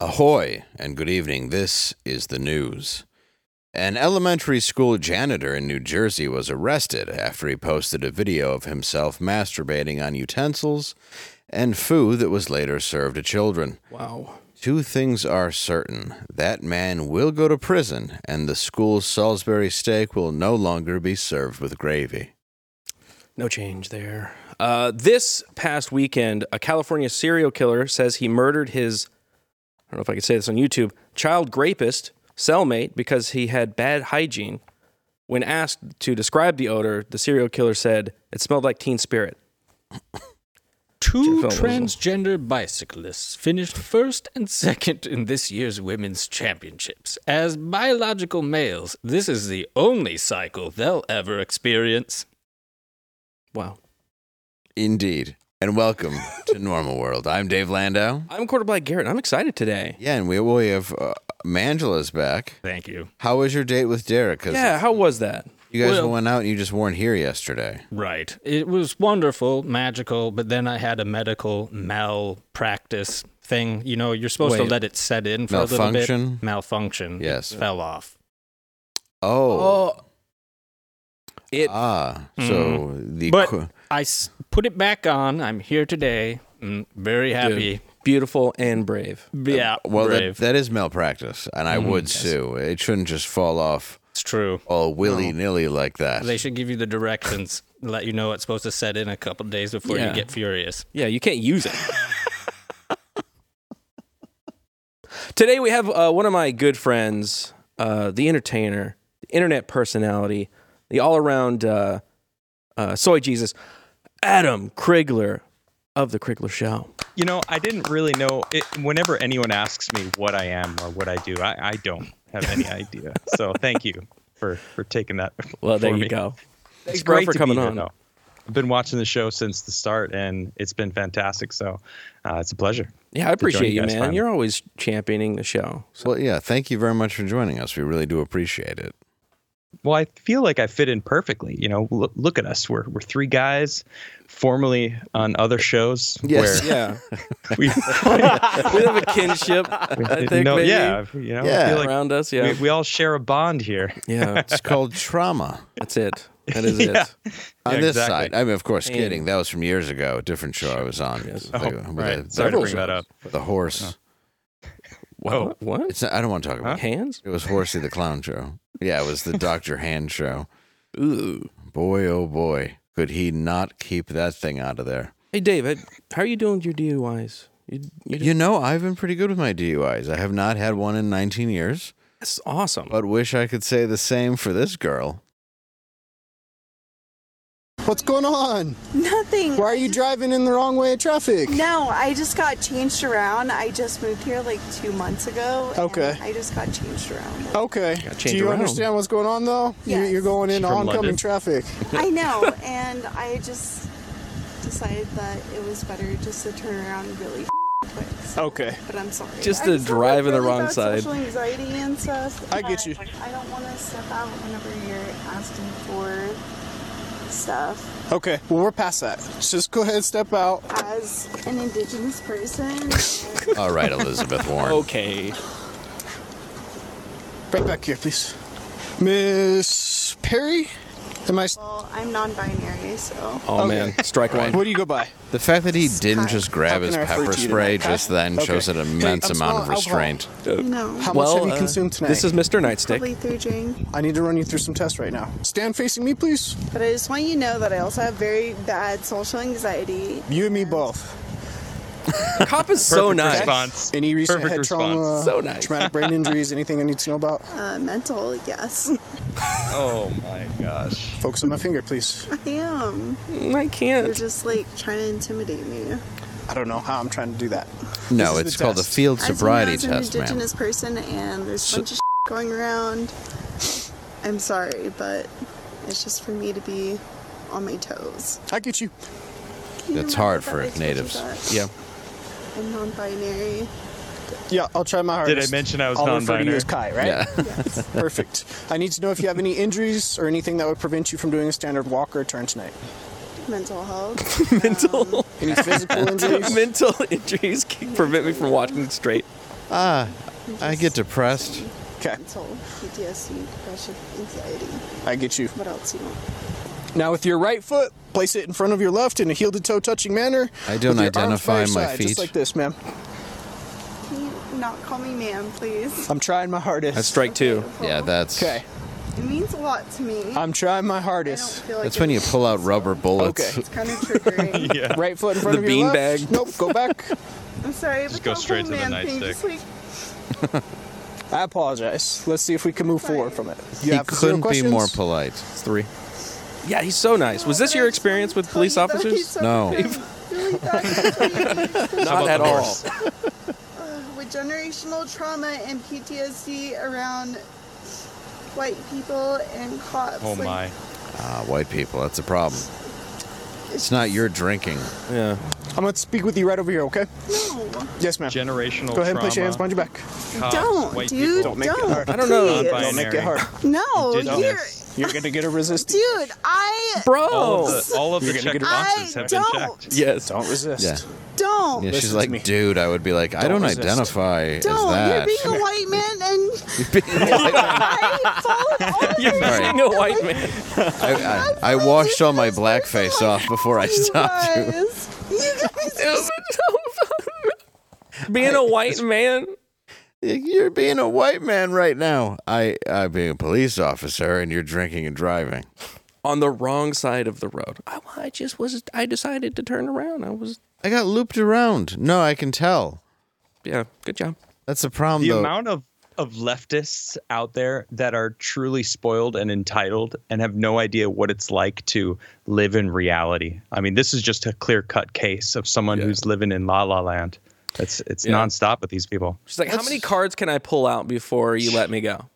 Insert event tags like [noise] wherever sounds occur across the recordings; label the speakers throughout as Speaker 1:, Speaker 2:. Speaker 1: Ahoy and good evening. This is the news. An elementary school janitor in New Jersey was arrested after he posted a video of himself masturbating on utensils and food that was later served to children.
Speaker 2: Wow.
Speaker 1: Two things are certain that man will go to prison, and the school's Salisbury steak will no longer be served with gravy.
Speaker 2: No change there. Uh, this past weekend, a California serial killer says he murdered his, I don't know if I could say this on YouTube, child rapist cellmate because he had bad hygiene. When asked to describe the odor, the serial killer said, it smelled like teen spirit.
Speaker 3: Two
Speaker 2: Film was-
Speaker 3: transgender bicyclists finished first and second in this year's women's championships. As biological males, this is the only cycle they'll ever experience.
Speaker 2: Wow.
Speaker 1: Indeed. And welcome to Normal World. I'm Dave Landau.
Speaker 2: I'm Quarterback Garrett. I'm excited today.
Speaker 1: Yeah, and we, we have uh, Mangela's back.
Speaker 3: Thank you.
Speaker 1: How was your date with Derek? 'Cause
Speaker 2: Yeah, how was that?
Speaker 1: you guys
Speaker 3: Well-
Speaker 1: went out and you just weren't here yesterday.
Speaker 3: Right. It was wonderful, magical, but then I had a medical malpractice thing. You know, you're supposed to
Speaker 2: Wait.
Speaker 3: let it set in for a little bit.
Speaker 1: Malfunction?
Speaker 3: Malfunction. It
Speaker 1: Yes.
Speaker 3: fell off.
Speaker 1: Oh,
Speaker 2: It
Speaker 1: ah, so the
Speaker 3: But
Speaker 1: qu-
Speaker 3: I s- put it back on. I'm here today. Mm, very happy.
Speaker 2: beautiful and brave.
Speaker 3: Yeah.
Speaker 1: well, that,
Speaker 3: brave.
Speaker 1: that is malpractice, and I would sue. It shouldn't just fall off
Speaker 3: it's true.
Speaker 1: all willy nilly like that.
Speaker 3: They should give you the directions, let you know it's supposed to set in a couple days before
Speaker 2: Yeah.
Speaker 3: you get furious.
Speaker 2: Yeah, you can't use it. Today we have uh, one of my good friends, uh, the entertainer, the internet personality, the all-around uh, uh, soy Jesus, Adam Krigler of the Krigler Show.
Speaker 4: You know, I didn't really know. It, whenever anyone asks me what I am or what I do, I, I don't have
Speaker 2: [laughs]
Speaker 4: any idea. So thank you for for taking that.
Speaker 2: Well, there
Speaker 4: for
Speaker 2: you
Speaker 4: me.
Speaker 2: go.
Speaker 4: It's
Speaker 2: Thanks, bro,
Speaker 4: great
Speaker 2: for
Speaker 4: to be
Speaker 2: coming
Speaker 4: here,
Speaker 2: on.
Speaker 4: though. I've been watching the show since the start, and it's been fantastic. So uh, it's a pleasure.
Speaker 2: Yeah, I
Speaker 4: to join
Speaker 2: appreciate you,
Speaker 4: guys
Speaker 2: man.
Speaker 4: finally.
Speaker 2: You're always championing the
Speaker 4: [laughs]
Speaker 2: show.
Speaker 1: well, yeah, thank you very much for joining us. We really do appreciate it.
Speaker 4: Well, I feel like I fit in perfectly. You know, look, look at us. We're we're three guys, formerly on other shows
Speaker 1: Yes.
Speaker 2: [laughs]
Speaker 4: where
Speaker 2: Yeah,
Speaker 4: we, [laughs]
Speaker 2: we have a kinship. I think
Speaker 4: no,
Speaker 2: maybe
Speaker 4: yeah, you know,
Speaker 1: Yeah.
Speaker 4: I feel like
Speaker 2: around us. Yeah,
Speaker 4: we, we all share a bond here.
Speaker 2: yeah,
Speaker 1: It's called trauma
Speaker 2: that's it. That is
Speaker 4: [laughs] Yeah.
Speaker 2: it.
Speaker 1: on
Speaker 4: Yeah,
Speaker 1: this
Speaker 4: exactly.
Speaker 1: side. I mean, of course,
Speaker 2: Pain.
Speaker 1: kidding. That was from years ago. A different show I was on.
Speaker 2: Yes.
Speaker 1: Like, with
Speaker 4: Oh, right.
Speaker 1: the-
Speaker 4: Sorry to
Speaker 1: the-
Speaker 4: bring that up.
Speaker 1: The horse.
Speaker 4: Oh.
Speaker 2: What?
Speaker 1: It's. Not, I don't want to talk about. it.
Speaker 2: Hands?
Speaker 1: It was Horsey the Clown show. Yeah, it was the
Speaker 5: [laughs]
Speaker 1: Doctor Hand show.
Speaker 2: Ooh.
Speaker 1: Boy, oh boy, could he not keep that thing out of there?
Speaker 2: Hey, David, how are you doing with your DUIs? You, you did-
Speaker 1: You know, I've been pretty good with my DUIs. I have not had one in 19 years,
Speaker 2: that's awesome.
Speaker 1: but wish I could say the same for this girl.
Speaker 5: What's going on?
Speaker 6: Nothing.
Speaker 5: Why are you driving in the wrong way of traffic?
Speaker 6: No, I just got changed around. I just moved here like two months ago. and
Speaker 5: Okay. Oh.
Speaker 6: I just got changed around.
Speaker 5: Okay.
Speaker 2: Gotta change
Speaker 5: Do you
Speaker 2: around.
Speaker 5: understand what's going on though? You-
Speaker 6: Yes.
Speaker 5: You're going in
Speaker 3: from
Speaker 5: oncoming
Speaker 3: London.
Speaker 5: traffic.
Speaker 6: I know, and I just decided that it was better just to turn around really quick. So,
Speaker 5: Okay.
Speaker 6: but I'm sorry.
Speaker 2: Just
Speaker 6: I
Speaker 2: to
Speaker 6: have,
Speaker 2: drive in the
Speaker 6: really
Speaker 2: wrong
Speaker 6: bad
Speaker 2: side.
Speaker 6: Social anxiety and stuff.
Speaker 5: I get you.
Speaker 6: but I don't want to step out whenever you're asking for stuff.
Speaker 5: Okay. Well, we're past that. Let's Just go ahead and step out.
Speaker 6: As an indigenous person,
Speaker 1: All right,
Speaker 5: [laughs]
Speaker 1: Elizabeth Warren.
Speaker 2: Okay.
Speaker 5: Right back here, please. Miss Perry? Am I.
Speaker 6: well, I'm non-binary, so.
Speaker 2: Oh, man. Strike one.
Speaker 5: What do you go by?
Speaker 1: The fact that he didn't just grab
Speaker 5: How
Speaker 1: his
Speaker 5: can I refer
Speaker 1: pepper
Speaker 5: to you
Speaker 1: spray
Speaker 5: tonight,
Speaker 1: just
Speaker 5: huh?
Speaker 1: then
Speaker 5: Okay.
Speaker 1: shows an
Speaker 5: Hey, I'm
Speaker 1: immense amount of
Speaker 5: smelling alcohol.
Speaker 1: restraint.
Speaker 6: You know.
Speaker 5: How
Speaker 2: well,
Speaker 5: much have you
Speaker 2: uh,
Speaker 5: consumed tonight?
Speaker 2: This is Mr. Nightstick.
Speaker 6: Probably through drink.
Speaker 5: I need to run you through some tests right now. Stand facing me, please.
Speaker 6: But I just want you to know that I also have very bad social anxiety.
Speaker 5: You and me both.
Speaker 2: Cop is so
Speaker 4: Perfect
Speaker 2: nice.
Speaker 4: response.
Speaker 5: Any recent
Speaker 4: Perfect
Speaker 5: head
Speaker 4: response.
Speaker 5: trauma,
Speaker 2: So nice.
Speaker 5: [laughs] traumatic brain injuries, anything I need to know about?
Speaker 6: Uh, mental, yes. [laughs]
Speaker 4: Oh my gosh.
Speaker 5: Focus on my finger, please.
Speaker 6: I am.
Speaker 2: Mm, I
Speaker 6: You're
Speaker 2: can't.
Speaker 6: just like trying to intimidate me.
Speaker 5: I don't know how I'm trying to do that.
Speaker 1: No,
Speaker 5: is
Speaker 1: it's
Speaker 5: the
Speaker 1: called
Speaker 5: test.
Speaker 1: the field sobriety
Speaker 6: As you know, as
Speaker 1: test,
Speaker 6: an
Speaker 1: man.
Speaker 6: indigenous person, and there's a bunch of going around. I'm sorry, but it's just for me to be on my toes.
Speaker 5: I get you.
Speaker 1: It's hard for
Speaker 6: I told you
Speaker 1: natives.
Speaker 6: that.
Speaker 2: Yeah.
Speaker 6: I'm non-binary.
Speaker 5: Yeah, I'll try my hardest.
Speaker 4: mention I was
Speaker 5: I'll refer to you
Speaker 4: non-binary?
Speaker 5: as Kai, right?
Speaker 1: Yeah.
Speaker 5: [laughs] Perfect. I need to know if you have any injuries or anything that would prevent you from doing a standard walk or a turn tonight.
Speaker 6: Mental
Speaker 1: [laughs]
Speaker 6: health. um,
Speaker 2: Mental,
Speaker 5: Any physical
Speaker 2: [laughs]
Speaker 5: injuries?
Speaker 2: mental injuries can prevent me from walking straight.
Speaker 1: Ah, I get depressed.
Speaker 5: Okay,
Speaker 6: Mental PTSD, depression, anxiety.
Speaker 5: I get you.
Speaker 6: What else you want?
Speaker 5: Now, with your right foot, place it in front of your left in a heel to toe touching manner.
Speaker 1: I don't
Speaker 5: with your arms by
Speaker 1: identify
Speaker 5: your
Speaker 1: my
Speaker 5: side,
Speaker 1: feet.
Speaker 5: Just like this, ma'am.
Speaker 6: Can you not call me ma'am, please?
Speaker 5: I'm trying my hardest.
Speaker 2: That's strike two.
Speaker 1: Yeah, that's
Speaker 5: Okay,
Speaker 6: It means a lot to me. I
Speaker 5: I'm trying my
Speaker 1: [laughs]
Speaker 6: don't
Speaker 5: hardest.
Speaker 6: feel like
Speaker 1: that's when you
Speaker 6: it's-
Speaker 1: pull out rubber bullets.
Speaker 5: Okay.
Speaker 6: [laughs] It's kind of
Speaker 4: [laughs]
Speaker 6: triggering.
Speaker 4: Yeah.
Speaker 5: Right foot in front
Speaker 2: The
Speaker 5: of your
Speaker 2: bean
Speaker 5: left.
Speaker 2: bag.
Speaker 5: Nope, go back.
Speaker 6: I'm sorry,
Speaker 4: Just
Speaker 6: but
Speaker 4: go
Speaker 6: the
Speaker 4: straight
Speaker 6: whole
Speaker 4: to the
Speaker 6: man thing,
Speaker 4: nightstick.
Speaker 6: just like
Speaker 5: I apologize. Let's see if we can move forward from it. You
Speaker 1: He
Speaker 5: have zero
Speaker 1: couldn't be more
Speaker 5: questions?
Speaker 1: polite.
Speaker 2: It's three. Yeah, he's so nice. Was this your experience with police officers?
Speaker 1: No.
Speaker 6: [laughs]
Speaker 2: Not at all.
Speaker 6: With generational trauma and PTSD around white people and cops.
Speaker 4: Oh
Speaker 6: like,
Speaker 4: my.
Speaker 1: Ah, white people, that's a problem. It's not your drinking.
Speaker 2: Yeah.
Speaker 5: I'm going to speak with you right over here, okay?
Speaker 6: No.
Speaker 5: Yes, ma'am.
Speaker 4: Generational
Speaker 5: Go ahead and
Speaker 4: trauma.
Speaker 5: place your hands behind your back.
Speaker 4: cops,
Speaker 6: Don't,
Speaker 4: white
Speaker 6: dude.
Speaker 4: people.
Speaker 5: Don't make it hard.
Speaker 2: I don't know.
Speaker 6: Please.
Speaker 5: Don't make it hard.
Speaker 6: No,
Speaker 4: You did
Speaker 6: you're,
Speaker 4: this.
Speaker 5: You're going to get a resistance.
Speaker 6: dude. I
Speaker 4: All
Speaker 2: Bro.
Speaker 4: of the, all of the
Speaker 5: You're gonna
Speaker 4: checked
Speaker 5: get
Speaker 4: boxes
Speaker 6: I
Speaker 4: have been
Speaker 6: don't.
Speaker 4: checked.
Speaker 2: Yes.
Speaker 5: Don't resist.
Speaker 1: Yeah.
Speaker 6: don't.
Speaker 1: Yeah,
Speaker 5: Listen
Speaker 1: she's
Speaker 5: to me.
Speaker 1: like, dude, I would be like, I don't
Speaker 5: Don't resist.
Speaker 1: identify as
Speaker 6: Don't. You're
Speaker 1: that. [laughs]
Speaker 6: being a white man, and
Speaker 4: [laughs]
Speaker 6: I followed all of your
Speaker 2: You're being a white man.
Speaker 1: I, I, I washed all my blackface off before
Speaker 6: [laughs]
Speaker 1: I stopped [laughs] you.
Speaker 6: guys. You
Speaker 7: [laughs]
Speaker 6: guys are
Speaker 2: being [laughs] a white man.
Speaker 1: You're being a white man right now. I, I'm being a police officer, and you're drinking and driving.
Speaker 2: on the wrong side of the road. I, I just was. I decided to turn around. I was.
Speaker 1: I got looped around. No, I can tell.
Speaker 2: Yeah. Good job.
Speaker 1: That's the problem,
Speaker 4: The
Speaker 1: though.
Speaker 4: amount of of leftists out there that are truly spoiled and entitled and have no idea what it's like to live in reality. I mean, this is just a clear cut case of someone who's living in la la land. It's it's
Speaker 2: Yeah.
Speaker 4: nonstop with these people.
Speaker 2: She's like, how many cards can I pull out before you let me go?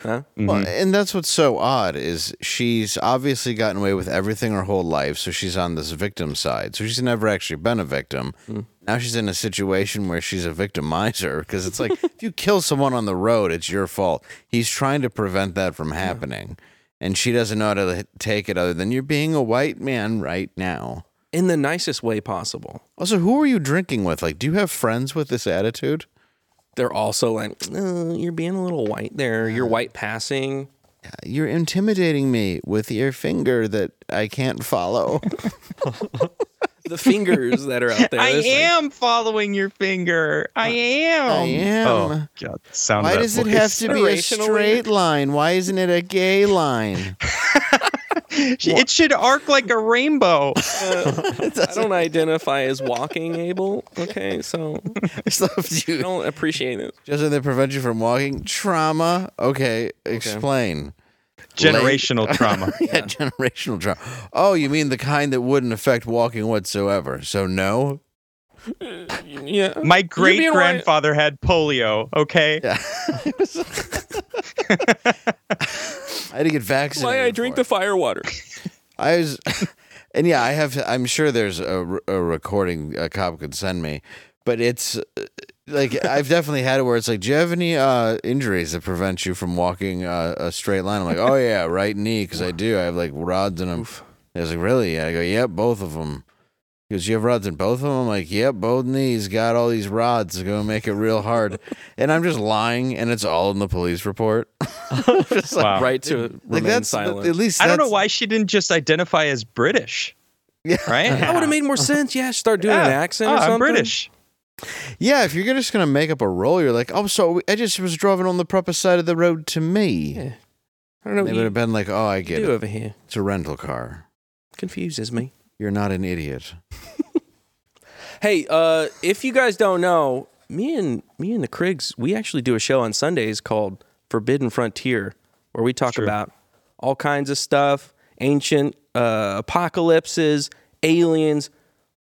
Speaker 2: Huh?
Speaker 1: Well,
Speaker 4: Mm-hmm.
Speaker 1: and that's what's so odd is she's obviously gotten away with everything her whole life, so she's on this victim side. So she's never actually been a victim.
Speaker 4: Hmm.
Speaker 1: Now she's in a situation where she's a victimizer because it's like if you kill someone on the road, it's your fault. He's trying to prevent that from happening, and she doesn't know how to h- take it other than you're being a white man right now.
Speaker 2: In the nicest way possible.
Speaker 1: Also, who are you drinking with? Like, do you have friends with this attitude?
Speaker 2: They're also like, "Uh, you're being a little white there. You're white passing.
Speaker 1: You're intimidating me with your finger that I can't follow.
Speaker 2: The fingers that are out there.
Speaker 4: I
Speaker 2: There's like-
Speaker 4: am following your finger. I am.
Speaker 1: I am.
Speaker 4: [laughs] Uh, Oh, God. the Sound of
Speaker 1: Why
Speaker 4: that
Speaker 1: does it
Speaker 4: voice.
Speaker 1: have to be a
Speaker 2: Rational
Speaker 1: straight line? Why isn't it a gay [laughs] line?
Speaker 4: It should arc like a
Speaker 2: [laughs]
Speaker 4: rainbow.
Speaker 2: I don't identify as walking able. Okay, so
Speaker 1: I just love
Speaker 2: I
Speaker 1: you.
Speaker 2: don't appreciate it.
Speaker 1: Doesn't that prevent you from walking? Trauma. Okay, explain.
Speaker 4: Generational
Speaker 2: [laughs]
Speaker 4: trauma.
Speaker 1: Yeah, generational trauma. Oh, you mean the kind that wouldn't affect walking whatsoever? So no.
Speaker 2: Yeah.
Speaker 4: My
Speaker 2: being
Speaker 4: great
Speaker 2: right.
Speaker 4: grandfather had polio. Okay.
Speaker 1: I had to get vaccinated.
Speaker 2: Why I drink
Speaker 1: for
Speaker 2: the
Speaker 1: it.
Speaker 2: fire water.
Speaker 1: I was, [laughs] and yeah, I have. I'm sure there's a, re- a recording a cop could send me, but it's uh, like I've definitely had it where it's like, do you have any uh, injuries that prevent you from walking uh, a straight line? I'm like, oh yeah, right knee, because I do. I have like rods in them. I was like, really? I go, yep, both of them. He goes, you have rods in both of them? I'm like, yep, both knees got all these rods. It's gonna make it real hard, and I'm just lying, and it's all in the police report. [laughs] Just like,
Speaker 4: Wow.
Speaker 2: Right to
Speaker 1: like
Speaker 2: remain
Speaker 1: that's
Speaker 2: silent.
Speaker 1: at least
Speaker 4: I don't know
Speaker 1: that's-
Speaker 4: why she didn't just identify as British.
Speaker 1: Yeah.
Speaker 2: [laughs]
Speaker 4: Right?
Speaker 2: That would have made more sense. Yeah, start doing an accent or
Speaker 4: Ah,
Speaker 2: something.
Speaker 4: I'm British.
Speaker 1: Yeah, if you're gonna- just gonna make up a role, you're like, oh, so I just was driving on the proper side of the road to me.
Speaker 2: Yeah, I don't know
Speaker 1: They
Speaker 2: what
Speaker 1: would
Speaker 2: you
Speaker 1: have been like, oh, I
Speaker 2: do
Speaker 1: get it.
Speaker 2: over here.
Speaker 1: It's a rental car.
Speaker 2: Confuses me.
Speaker 1: You're not an idiot.
Speaker 2: Hey, uh, if you guys don't know, me and me and the Kriggs, we actually do a show on Sundays called Forbidden Frontier, where we talk about all kinds of stuff, ancient uh, apocalypses, aliens,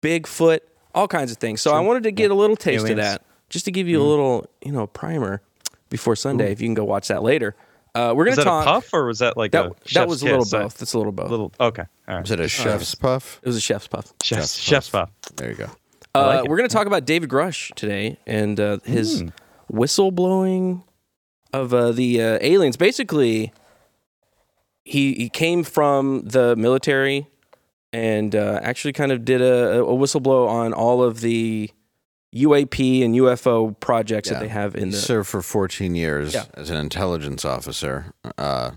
Speaker 2: Bigfoot, all kinds of things. So I wanted to get a little taste of
Speaker 4: Aliens. Mm-hmm.
Speaker 2: that, just to give you a little, you know, primer before Sunday. If you can go watch that later, uh, we're gonna
Speaker 4: Was that
Speaker 2: talk.
Speaker 4: a puff or was that like
Speaker 2: that
Speaker 4: a
Speaker 2: that
Speaker 4: chef's
Speaker 2: was a little
Speaker 4: kiss?
Speaker 2: both. That's a little
Speaker 4: A
Speaker 2: both.
Speaker 4: little okay. All right.
Speaker 1: Is it
Speaker 2: Uh,
Speaker 1: a chef's puff?
Speaker 2: It was a chef's puff.
Speaker 4: Chef's, chef's puff.
Speaker 1: There you go.
Speaker 2: Uh,
Speaker 4: like it. Mm.
Speaker 2: we're going to talk about David Grush today and uh,
Speaker 4: Hmm.
Speaker 2: his whistleblowing of uh, the uh, aliens. Basically, he he came from the military and uh, actually kind of did a, a whistleblow on all of the UAP and UFO projects that
Speaker 1: Yeah.
Speaker 2: they have in the.
Speaker 1: served for 14 years
Speaker 2: Yeah.
Speaker 1: as an intelligence officer. Uh,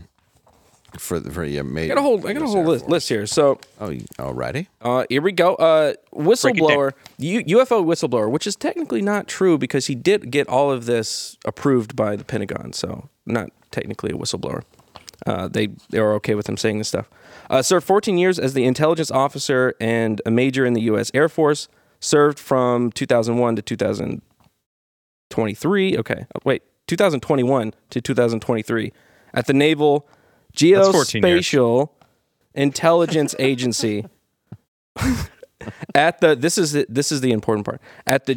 Speaker 1: for the for yeah,
Speaker 2: I got a whole, I got a whole list, list here. So
Speaker 1: Oh, you- alrighty.
Speaker 2: Uh, here we go. Uh, whistleblower, U- UFO whistleblower, which is technically not true because he did get all of this approved by the Pentagon, so not technically a whistleblower. Uh, they they are okay with him saying this stuff. Uh, served 14 years as the intelligence officer and a major in the U.S. Air Force. Served from 2001 to 2023. Okay, oh, wait, 2021 to 2023 at the Naval
Speaker 4: 14 years.
Speaker 2: Geospatial Intelligence Agency at the this is the, this is the important part at the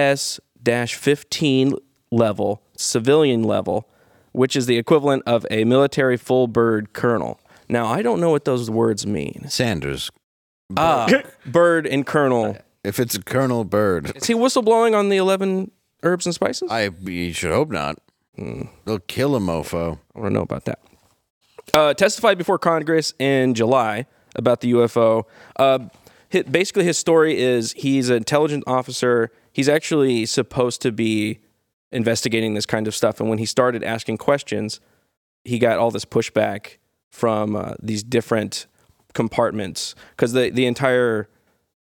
Speaker 2: GS 15 level civilian level which is the equivalent of a military full bird colonel now I don't know what those words mean
Speaker 1: Sanders.
Speaker 2: ah bird and colonel
Speaker 1: If it's Colonel Bird,
Speaker 2: is he whistleblowing on the 11 herbs and spices
Speaker 1: I you should hope not.
Speaker 2: Hmm.
Speaker 1: They'll kill a mofo.
Speaker 2: I want to know about that. Uh, testified before Congress in July about the UFO. Uh, hi- basically, his story is he's an intelligence officer. He's actually supposed to be investigating this kind of stuff. And when he started asking questions, he got all this pushback from uh, these different compartments because the, the entire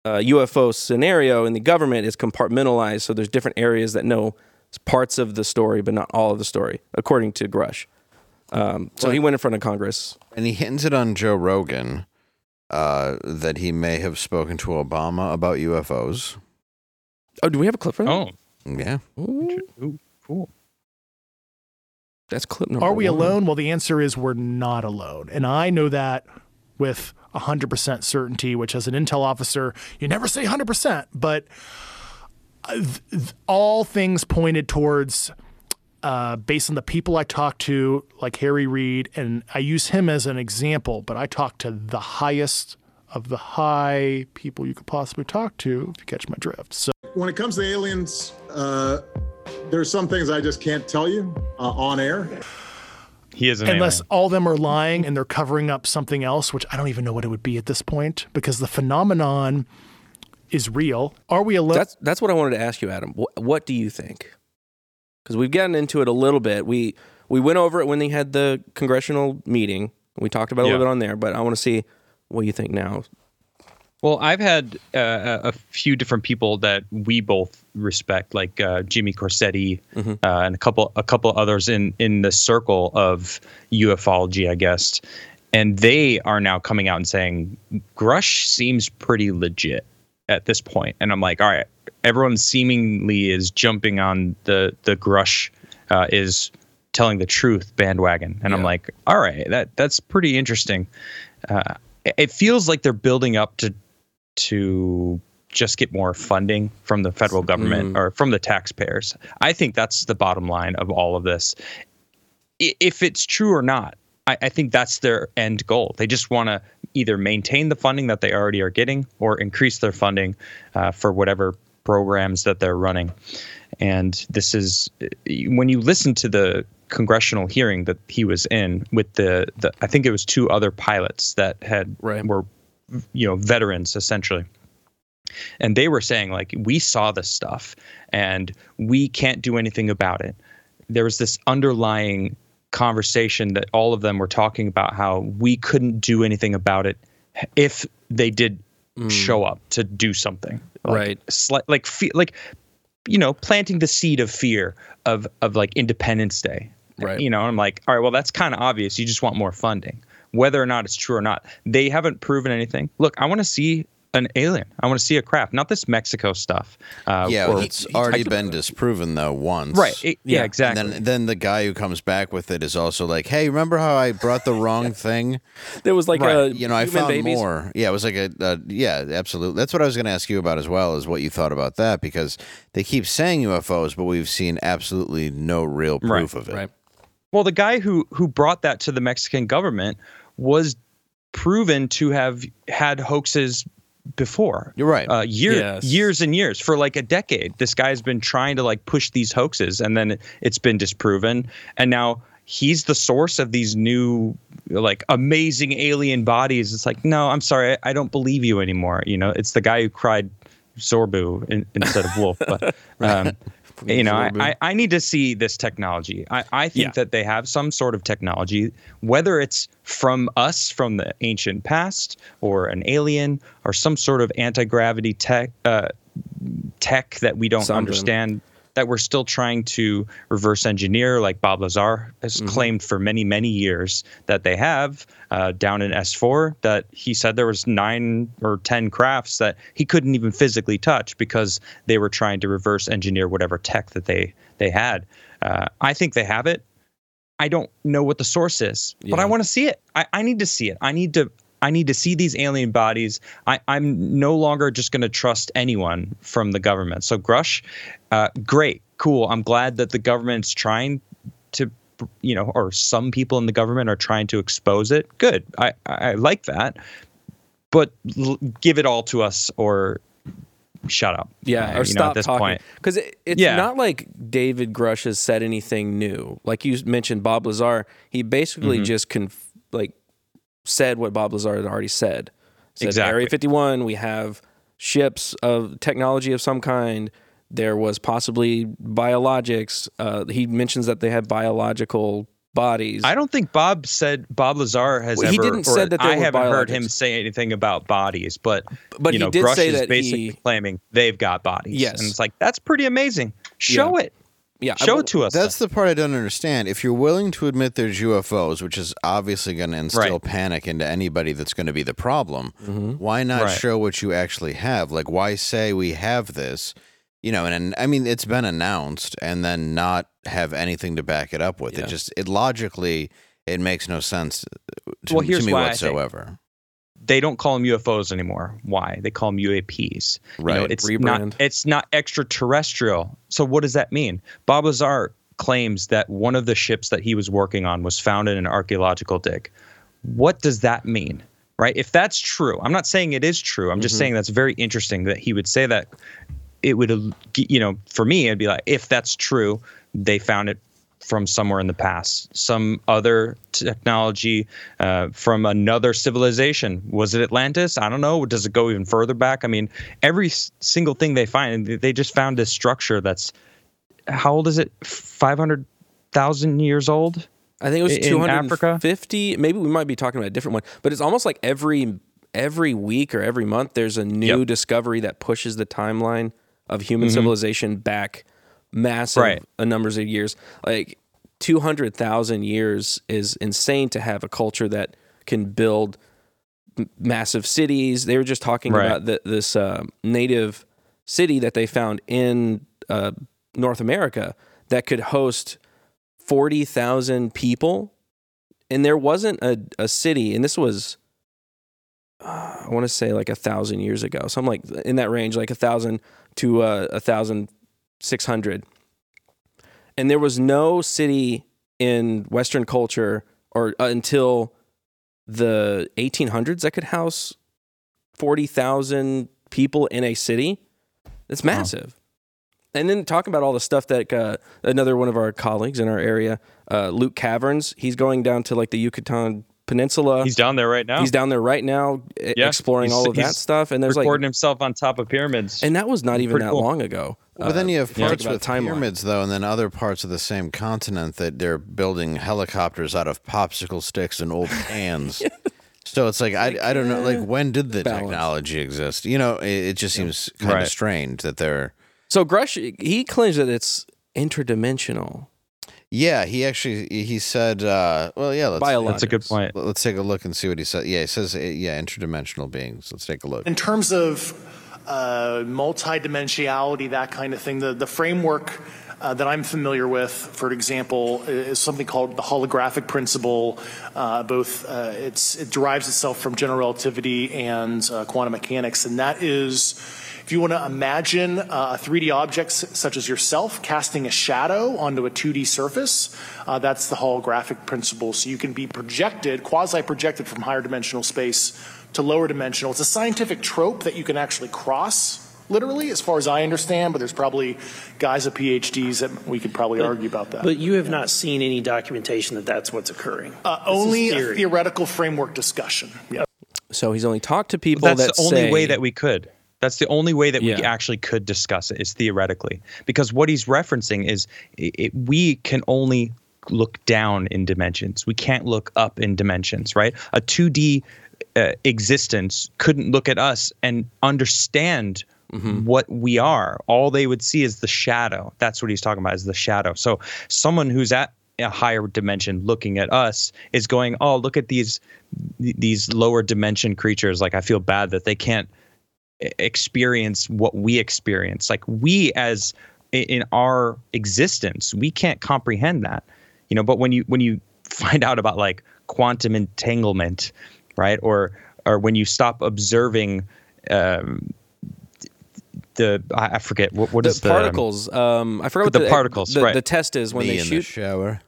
Speaker 2: uh, UFO scenario in the government is compartmentalized. So there's different areas that know parts of the story, but not all of the story, according to Grush. Um, so he went in front of Congress.
Speaker 1: And he hinted on Joe Rogan uh, that he may have spoken to Obama about UFOs.
Speaker 2: Oh, do we have a clip for that?
Speaker 4: Oh,
Speaker 1: Yeah.
Speaker 2: Ooh,
Speaker 4: ooh, cool.
Speaker 2: that's clip number.
Speaker 8: Are we
Speaker 2: one.
Speaker 8: alone? Well, the answer is we're not alone. And I know that with 100% certainty, which as an intel officer, you never say 100%, but uh, th- th- all things pointed towards. Uh, based on the people I talked to, like Harry Reid, and I use him as an example, but I talked to the highest of the high people you could possibly talk to, if you catch my drift. So.
Speaker 9: when it comes to aliens, uh, there's some things I just can't tell you uh, on air.
Speaker 4: He is an
Speaker 8: unless
Speaker 4: alien.
Speaker 8: all of them are lying and they're covering up something else, which I don't even know what it would be at this point because the phenomenon is real. Are we alone?
Speaker 2: That's that's what I wanted to ask you, Adam. What, what do you think? Because we've gotten into it a little bit. We we went over it when they had the congressional meeting. We talked about it a little
Speaker 4: Yeah.
Speaker 2: bit on there, but I want to see what you think now.
Speaker 4: Well, I've had uh, a a few different people that we both respect, like uh, Jimmy Corsetti uh, and a couple a couple others in in the circle of ufology, I guess. And they are now coming out and saying Grush seems pretty legit at this point. And I'm like, all right, everyone seemingly is jumping on the the Grush uh, is telling the truth bandwagon, and I'm like, all right, that that's pretty interesting. Uh, it- it feels like they're building up to to just get more funding from the federal government or from the taxpayers. I think that's the bottom line of all of this. I- If it's true or not, I, I think that's their end goal. They just want to either maintain the funding that they already are getting or increase their funding uh, for whatever programs that they're running. And this is uh, when you listen to the congressional hearing that he was in with the, the I think it was two other pilots that had
Speaker 2: Right.
Speaker 4: were you know veterans essentially and they were saying like we saw this stuff and we can't do anything about it there was this underlying conversation that all of them were talking about how we couldn't do anything about it if they did show up to do something like,
Speaker 2: Right.
Speaker 4: sli- like fe- like you know planting the seed of fear of of like independence day
Speaker 2: Right.
Speaker 4: you know i'm like all right well that's kind of obvious you just want more funding whether or not it's true or not they haven't proven anything look i want to see an alien i want to see a craft not this mexico stuff uh,
Speaker 1: Yeah.
Speaker 4: or-
Speaker 1: it's already been disproven though once.
Speaker 4: right it- yeah,
Speaker 1: And
Speaker 4: exactly
Speaker 1: then, then the guy who comes back with it is also like, "Hey, remember how I [laughs] brought the wrong thing?
Speaker 2: There was like
Speaker 4: Right.
Speaker 2: a
Speaker 1: You know, I
Speaker 2: human
Speaker 1: found
Speaker 2: babies.
Speaker 1: more. Yeah, it was like a uh, yeah, absolutely. That's what I was going to ask you about as well, is what you thought about that because they keep saying UFOs, but we've seen absolutely no real proof of it.
Speaker 2: Right.
Speaker 4: Well, the guy who who brought that to the Mexican government was proven to have had hoaxes before.
Speaker 1: You're right.
Speaker 4: Uh, year,
Speaker 2: Yes.
Speaker 4: Years and years for like a decade. This guy's been trying to like push these hoaxes, and then it's been disproven. And now he's the source of these new like amazing alien bodies. It's like, no, I'm sorry, I, I don't believe you anymore. You know, it's the guy who cried Zorbu in, instead of Wolf. But um, you know, I, I, I need to see this technology. I, I think
Speaker 2: Yeah.
Speaker 4: that they have some sort of technology, whether it's from us, from the ancient past, or an alien, or some sort of anti gravity tech uh, tech that we don't
Speaker 2: Something.
Speaker 4: understand. That we're still trying to reverse engineer, like Bob Lazar has claimed for many, many years that they have uh, down in S4. That he said there was nine or ten crafts that he couldn't even physically touch because they were trying to reverse engineer whatever tech that they they had. Uh, I think they have it. I don't know what the source is, but I
Speaker 2: Yeah.
Speaker 4: want to see it. I, I need to see it. I need to I need to see these alien bodies. I, I'm no longer just going to trust anyone from the government. So Grush, uh, great, cool. I'm glad that the government's trying to, you know, or some people in the government are trying to expose it. Good. I, I I like that. But l- give it all to us or shut up.
Speaker 2: Yeah,
Speaker 4: Uh,
Speaker 2: or
Speaker 4: you know,
Speaker 2: stop
Speaker 4: at this
Speaker 2: talking.
Speaker 4: point.
Speaker 2: Because it, it's
Speaker 4: Yeah.
Speaker 2: not like David Grush has said anything new. Like you mentioned, Bob Lazar, he
Speaker 4: Mm-hmm.
Speaker 2: basically just conf- like said what Bob Lazar had already said. Said
Speaker 4: Exactly.
Speaker 2: Area 51, we have ships of technology of some kind. There was possibly biologics. Uh, he mentions that they had biological bodies.
Speaker 4: I don't think Bob said Bob Lazar has
Speaker 2: Well,
Speaker 4: ever.
Speaker 2: he didn't
Speaker 4: or
Speaker 2: said that they
Speaker 4: I
Speaker 2: were
Speaker 4: haven't heard him
Speaker 2: biologists.
Speaker 4: say anything about bodies, but
Speaker 2: But
Speaker 4: you
Speaker 2: he
Speaker 4: know,
Speaker 2: did
Speaker 4: Grush
Speaker 2: say
Speaker 4: is
Speaker 2: that
Speaker 4: basically
Speaker 2: he-
Speaker 4: claiming they've got bodies.
Speaker 2: Yes.
Speaker 4: and it's like that's pretty amazing. Show it.
Speaker 2: yeah, I-
Speaker 4: Show it to us.
Speaker 1: That's the part I don't understand. If you're willing to admit there's UFOs, which is obviously going to instill
Speaker 4: Right. Mm-hmm.
Speaker 1: panic into anybody that's going to be the problem, why not
Speaker 4: Right.
Speaker 1: show what you actually have? Like, why say we have this? You know, and, and I mean, it's been announced, and then not have anything to back it up with.
Speaker 2: Yeah.
Speaker 1: It just it logically it makes no sense to,
Speaker 4: Well,
Speaker 1: to
Speaker 4: here's
Speaker 1: me
Speaker 4: why I think-
Speaker 1: whatsoever.
Speaker 4: they don't call them UFOs anymore. Why? They call them UAPs. You know,
Speaker 1: Right.
Speaker 4: it's
Speaker 2: Rebrand.
Speaker 4: not it's not extraterrestrial. So what does that mean? Bob Lazar claims that one of the ships that he was working on was found in an archaeological dig. What does that mean? Right? If that's true, I'm not saying it is true. I'm just saying that's very interesting that he would say that it would el- g- you know, for me it'd be like if that's true, they found it from somewhere in the past, some other technology uh, from another civilization. Was it Atlantis? I don't know. Does it go even further back? I mean, every s- single thing they find, they- they just found this structure that's how old is it? Five hundred thousand years old.
Speaker 2: I think it was
Speaker 4: in
Speaker 2: two hundred
Speaker 4: Africa?
Speaker 2: and fifty. Maybe we might be talking about a different one, but it's almost like every every week or every month there's a new
Speaker 4: Yep. Mm-hmm.
Speaker 2: discovery that pushes the timeline of human civilization back massive
Speaker 4: Right.
Speaker 2: uh, numbers of years. Like two hundred thousand years is insane to have a culture that can build m- massive cities. They were just talking
Speaker 4: Right.
Speaker 2: about the, this uh, native city that they found in uh, North America that could host forty thousand people, and there wasn't a, a city, and this was uh, I want to say like a thousand years ago, so I'm like in that range, like a thousand to uh, a thousand six hundred, and there was no city in Western culture or uh, until the 1800s that could house 40,000 people in a city. That's massive. And then talking about all the stuff that uh, another one of our colleagues in our area, uh, Luke Caverns, he's going down to like the Yucatan Peninsula.
Speaker 4: He's down there right now.
Speaker 2: He's down there right now e-
Speaker 4: Yeah.
Speaker 2: exploring
Speaker 4: He's-
Speaker 2: all of that
Speaker 4: he's
Speaker 2: stuff. And there's like,
Speaker 4: recording himself on top of pyramids.
Speaker 2: and that was not even
Speaker 4: Pretty
Speaker 2: that
Speaker 4: cool.
Speaker 2: long ago. uh,
Speaker 1: But then you have
Speaker 2: yeah.
Speaker 1: parts
Speaker 2: Talk about
Speaker 1: with
Speaker 2: timeline.
Speaker 1: pyramids, though, and then other parts of the same continent that they're building helicopters out of popsicle sticks and old
Speaker 2: [laughs]
Speaker 1: cans. So it's like I, I don't know like when did the
Speaker 2: balance.
Speaker 1: technology exist? You know, it, it just seems kind
Speaker 4: Right.
Speaker 1: of strange that they're.
Speaker 2: So Grush, he claims that it's interdimensional.
Speaker 1: Yeah, he actually he said, uh, well, yeah, let's
Speaker 2: Biological.
Speaker 4: that's a good point.
Speaker 1: let's take a look and see what he said. Yeah, he says, uh, yeah, interdimensional beings. Let's take a look.
Speaker 8: In terms of uh, multidimensionality, that kind of thing, the, the framework uh, that I'm familiar with, for example, i- is something called the holographic principle. Uh, both uh, it's, it derives itself from general relativity and uh, quantum mechanics, and that is if you want to imagine uh, a 3D object s- such as yourself casting a shadow onto a 2D surface, uh, that's the holographic principle. So you can be projected, quasi projected from higher dimensional space to lower dimensional. It's a scientific trope that you can actually cross, literally, as far as I understand, but there's probably guys with PhDs that we could probably argue about that.
Speaker 10: But you have not seen any documentation that that's what's occurring.
Speaker 8: uh,
Speaker 10: This
Speaker 7: oh.
Speaker 10: is
Speaker 8: only a
Speaker 10: theory.
Speaker 8: theoretical framework discussion. Yeah.
Speaker 2: So he's only talked to people
Speaker 4: That's
Speaker 2: that
Speaker 4: the only
Speaker 2: say-
Speaker 4: way that we could. That's the only way that we
Speaker 2: Yeah.
Speaker 4: actually could discuss it is theoretically, because what he's referencing is i it, we can only look down in dimensions. We can't look up in dimensions, right? A 2D uh, existence couldn't look at us and understand what we are. All they would see is the shadow. That's what he's talking about is the shadow. So someone who's at a higher dimension looking at us is going, "Oh, look at these these lower dimension creatures. Like I feel bad that they can't e-, experience what we experience. Like we as i- in our existence, we can't comprehend that. You know, but when you when you [laughs] find out about like quantum entanglement, right? Or or when you stop observing um, the I I forget what what
Speaker 2: The
Speaker 4: is
Speaker 2: particles. Um, I forgot what
Speaker 4: The
Speaker 2: the,
Speaker 4: particles,
Speaker 2: The,
Speaker 4: right.
Speaker 2: the test is when
Speaker 1: Me
Speaker 2: they
Speaker 1: in
Speaker 2: shoot.
Speaker 1: the shower.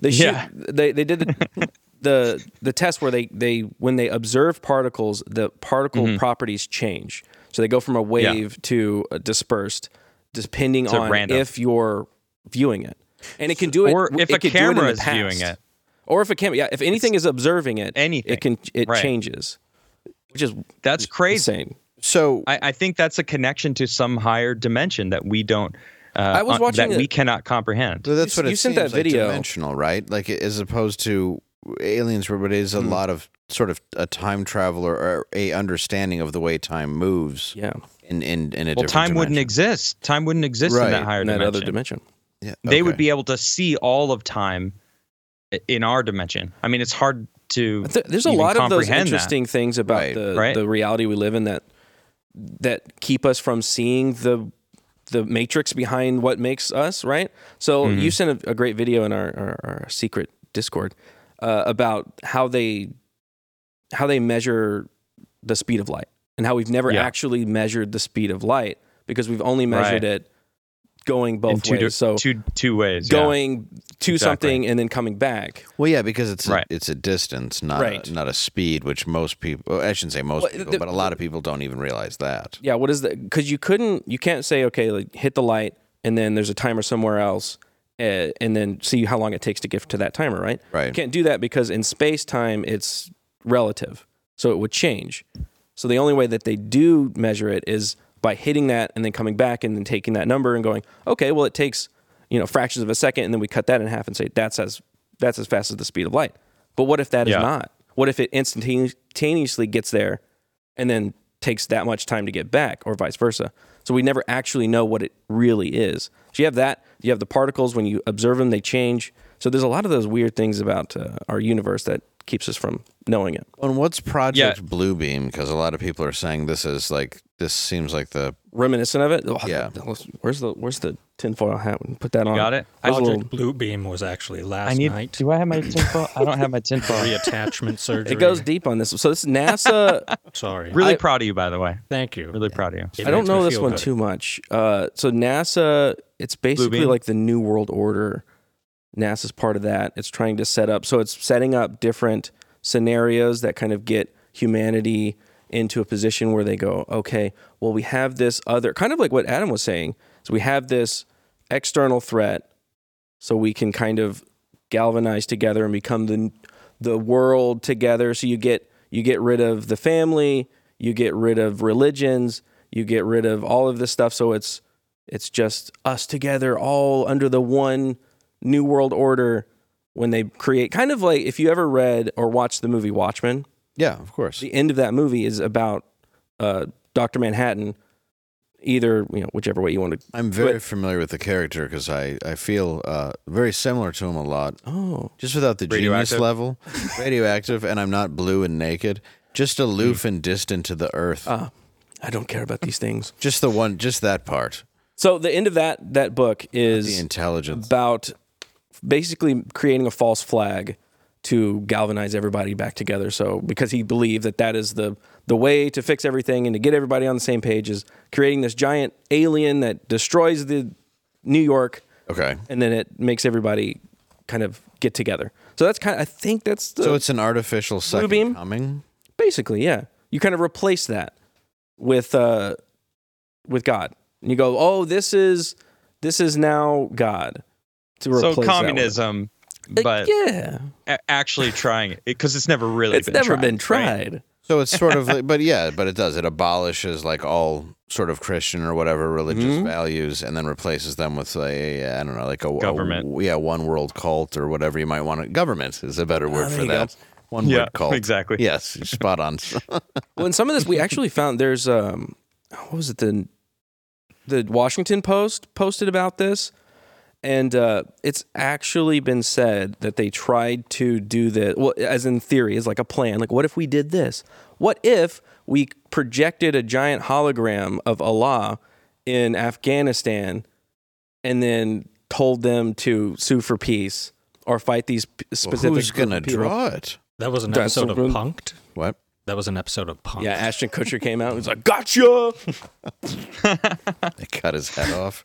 Speaker 2: they shoot,
Speaker 4: Yeah.
Speaker 2: They they did
Speaker 4: [laughs]
Speaker 2: the, the the test where they they when they observe particles, the particle
Speaker 4: Mm-hmm.
Speaker 2: properties change. So they go from a wave to a dispersed, depending
Speaker 4: To
Speaker 2: on
Speaker 4: random.
Speaker 2: if you're viewing it, and it can do it,
Speaker 4: Or if
Speaker 2: it
Speaker 4: a
Speaker 2: could do it in the
Speaker 4: camera is
Speaker 2: past.
Speaker 4: viewing it.
Speaker 2: or if a camera, yeah, if anything is observing it,
Speaker 4: Anything.
Speaker 2: it can it
Speaker 4: Right.
Speaker 2: changes, which is
Speaker 4: That's crazy.
Speaker 2: insane.
Speaker 1: So
Speaker 4: I, I think that's a connection to some higher dimension that we don't. Uh,
Speaker 2: I was
Speaker 4: un-
Speaker 2: watching
Speaker 4: that
Speaker 2: a-
Speaker 4: we cannot comprehend.
Speaker 1: But that's
Speaker 2: You-
Speaker 1: what it
Speaker 2: you sent
Speaker 1: seems
Speaker 2: that
Speaker 1: like,
Speaker 2: video.
Speaker 1: dimensional, right? Like it- as opposed to aliens, where it is a
Speaker 2: Mm.
Speaker 1: lot of sort of a time traveler or a understanding of the way time moves.
Speaker 2: Yeah,
Speaker 1: In in in a
Speaker 4: Well,
Speaker 1: different
Speaker 4: time wouldn't
Speaker 1: dimension.
Speaker 4: exist. Time wouldn't exist in
Speaker 1: Right.
Speaker 4: that higher
Speaker 2: in that
Speaker 4: dimension.
Speaker 2: other dimension.
Speaker 1: Yeah,
Speaker 4: They would
Speaker 1: okay.
Speaker 4: be able to see all of time i- in our dimension. I mean, it's hard to.
Speaker 2: Th- there's a
Speaker 4: even
Speaker 2: lot of those
Speaker 4: comprehend that.
Speaker 2: interesting things about
Speaker 1: Right.
Speaker 2: the
Speaker 4: Right.
Speaker 2: the reality we live in that that keep us from seeing the the matrix behind what makes us right. So
Speaker 4: Mm-hmm.
Speaker 2: you sent a, a great video in our our, our secret Discord uh, about how they how they measure the speed of light and how we've never
Speaker 4: Yeah.
Speaker 2: actually measured the speed of light because we've only measured
Speaker 4: Right.
Speaker 2: it going both
Speaker 4: in two,
Speaker 2: ways.
Speaker 4: di-
Speaker 2: so
Speaker 4: two two ways. yeah.
Speaker 2: going to
Speaker 4: Exactly.
Speaker 2: something and then coming back.
Speaker 1: Well, yeah, because it's
Speaker 4: Right.
Speaker 1: a, it's a distance, not
Speaker 2: Right.
Speaker 1: a, not a speed, which most people. I shouldn't say most
Speaker 2: Well,
Speaker 1: people,
Speaker 2: the-
Speaker 1: but a lot of people don't even realize that.
Speaker 2: Yeah, what is that? Because you couldn't, you can't say, okay, like hit the light, and then there's a timer somewhere else, uh, and then see how long it takes to get to that timer, right?
Speaker 1: Right.
Speaker 2: You can't do that because in space time it's relative, so it would change. So the only way that they do measure it is by hitting that and then coming back and then taking that number and going, okay, well it takes you know fractions of a second, and then we cut that in half and say that's as that's as fast as the speed of light. But what if that is
Speaker 4: Yeah.
Speaker 2: not? What if it instantaneously gets there and then takes that much time to get back, or vice versa. So we never actually know what it really is. So you have that. You have the particles. When you observe them, they change. So there's a lot of those weird things about uh, our universe that keeps us from knowing it.
Speaker 1: And what's Project Bluebeam? Because a lot of people are saying this is like this seems like the
Speaker 2: Reminiscent of it. Oh,
Speaker 1: Yeah.
Speaker 2: Where's the Where's the tinfoil hat? We can Put that on.
Speaker 4: Got it?
Speaker 2: That was a
Speaker 3: Project
Speaker 2: little-
Speaker 3: Blue Beam was actually last
Speaker 4: I need.
Speaker 3: night.
Speaker 4: Do I have my tinfoil? I don't
Speaker 2: [laughs]
Speaker 4: have my tinfoil.
Speaker 3: [laughs] Reattachment surgery.
Speaker 2: it goes deep on this. So this is NASA.
Speaker 4: [laughs]
Speaker 3: Sorry.
Speaker 4: Really proud of you, by the way.
Speaker 3: Thank you.
Speaker 4: Really proud of you.
Speaker 3: It
Speaker 2: I don't
Speaker 3: makes me
Speaker 2: know this
Speaker 3: feel
Speaker 2: one
Speaker 3: better.
Speaker 2: too much. Uh, so NASA, it's basically
Speaker 4: Beam.
Speaker 2: like the New World Order. NASA's part of that. It's trying to set up. So it's setting up different scenarios that kind of get humanity into a position where they go, okay, well, we have this other kind of like what Adam was saying. So we have this external threat, so we can kind of galvanize together and become the the world together. So you get you get rid of the family, you get rid of religions, you get rid of all of this stuff. So it's it's just us together, all under the one new world order. When they create, kind of like if you ever read or watched the movie Watchmen,
Speaker 1: yeah, of course.
Speaker 2: the end of that movie is about uh, Doctor Manhattan. Either you know, whichever way you want to.
Speaker 1: I'm very
Speaker 2: but-
Speaker 1: familiar with the character because I I feel uh, very similar to him a lot.
Speaker 2: Oh,
Speaker 1: just without the genius
Speaker 4: Radioactive.
Speaker 1: level, [laughs] radioactive, and I'm not blue and naked, just aloof and distant to the earth.
Speaker 2: ah, I don't care about these things.
Speaker 1: just the one, just that part.
Speaker 2: So the end of that that book
Speaker 1: The
Speaker 2: is
Speaker 1: intelligence.
Speaker 2: about basically creating a false flag to galvanize everybody back together. So because he believed that that is the the way to fix everything and to get everybody on the same page is creating this giant alien that destroys the New York
Speaker 1: Okay.
Speaker 2: and then it makes everybody kind of get together. So that's kind of I think that's the
Speaker 1: So it's an artificial second
Speaker 2: beam?
Speaker 1: coming.
Speaker 2: basically yeah. You kind of replace that with uh with God. And you go, "Oh, this is this is now God." To replace
Speaker 4: So
Speaker 2: that with.
Speaker 4: communism,
Speaker 2: Like,
Speaker 4: but
Speaker 2: yeah.
Speaker 4: a- actually trying it because it's never really
Speaker 2: it's
Speaker 4: been
Speaker 2: never
Speaker 4: tried,
Speaker 2: been
Speaker 4: right?
Speaker 2: tried.
Speaker 1: So it's sort
Speaker 2: [laughs]
Speaker 1: of like, but yeah, but it does. It abolishes like all sort of Christian or whatever religious
Speaker 2: Mm-hmm.
Speaker 1: values and then replaces them with a, I don't know, like a a-
Speaker 4: Government.
Speaker 1: yeah, one world cult or whatever you might want to. Government is a
Speaker 2: Ah,
Speaker 1: better word for that. One
Speaker 4: Yeah,
Speaker 1: word
Speaker 2: [laughs]
Speaker 1: cult.
Speaker 4: [laughs] exactly.
Speaker 1: Yes, you're spot on.
Speaker 2: Well, in some of this, we
Speaker 1: [laughs]
Speaker 2: actually found there's um, what was it the the Washington Post posted about this, and uh, it's actually been said that they tried to do this. Well, as in theory, as like a plan. Like, what if we did this? What if we projected a giant hologram of Allah in Afghanistan, and then told them to sue for peace or fight these p- specific
Speaker 1: Who's
Speaker 2: group
Speaker 1: going
Speaker 2: of
Speaker 1: to
Speaker 2: people.
Speaker 1: draw it?
Speaker 3: That was an
Speaker 2: That's
Speaker 3: episode of
Speaker 2: so good.
Speaker 3: Punked.
Speaker 1: What?
Speaker 3: That was an episode of Punked.
Speaker 2: Yeah, Ashton Kutcher came out and was like, "Gotcha."
Speaker 1: They cut his head off.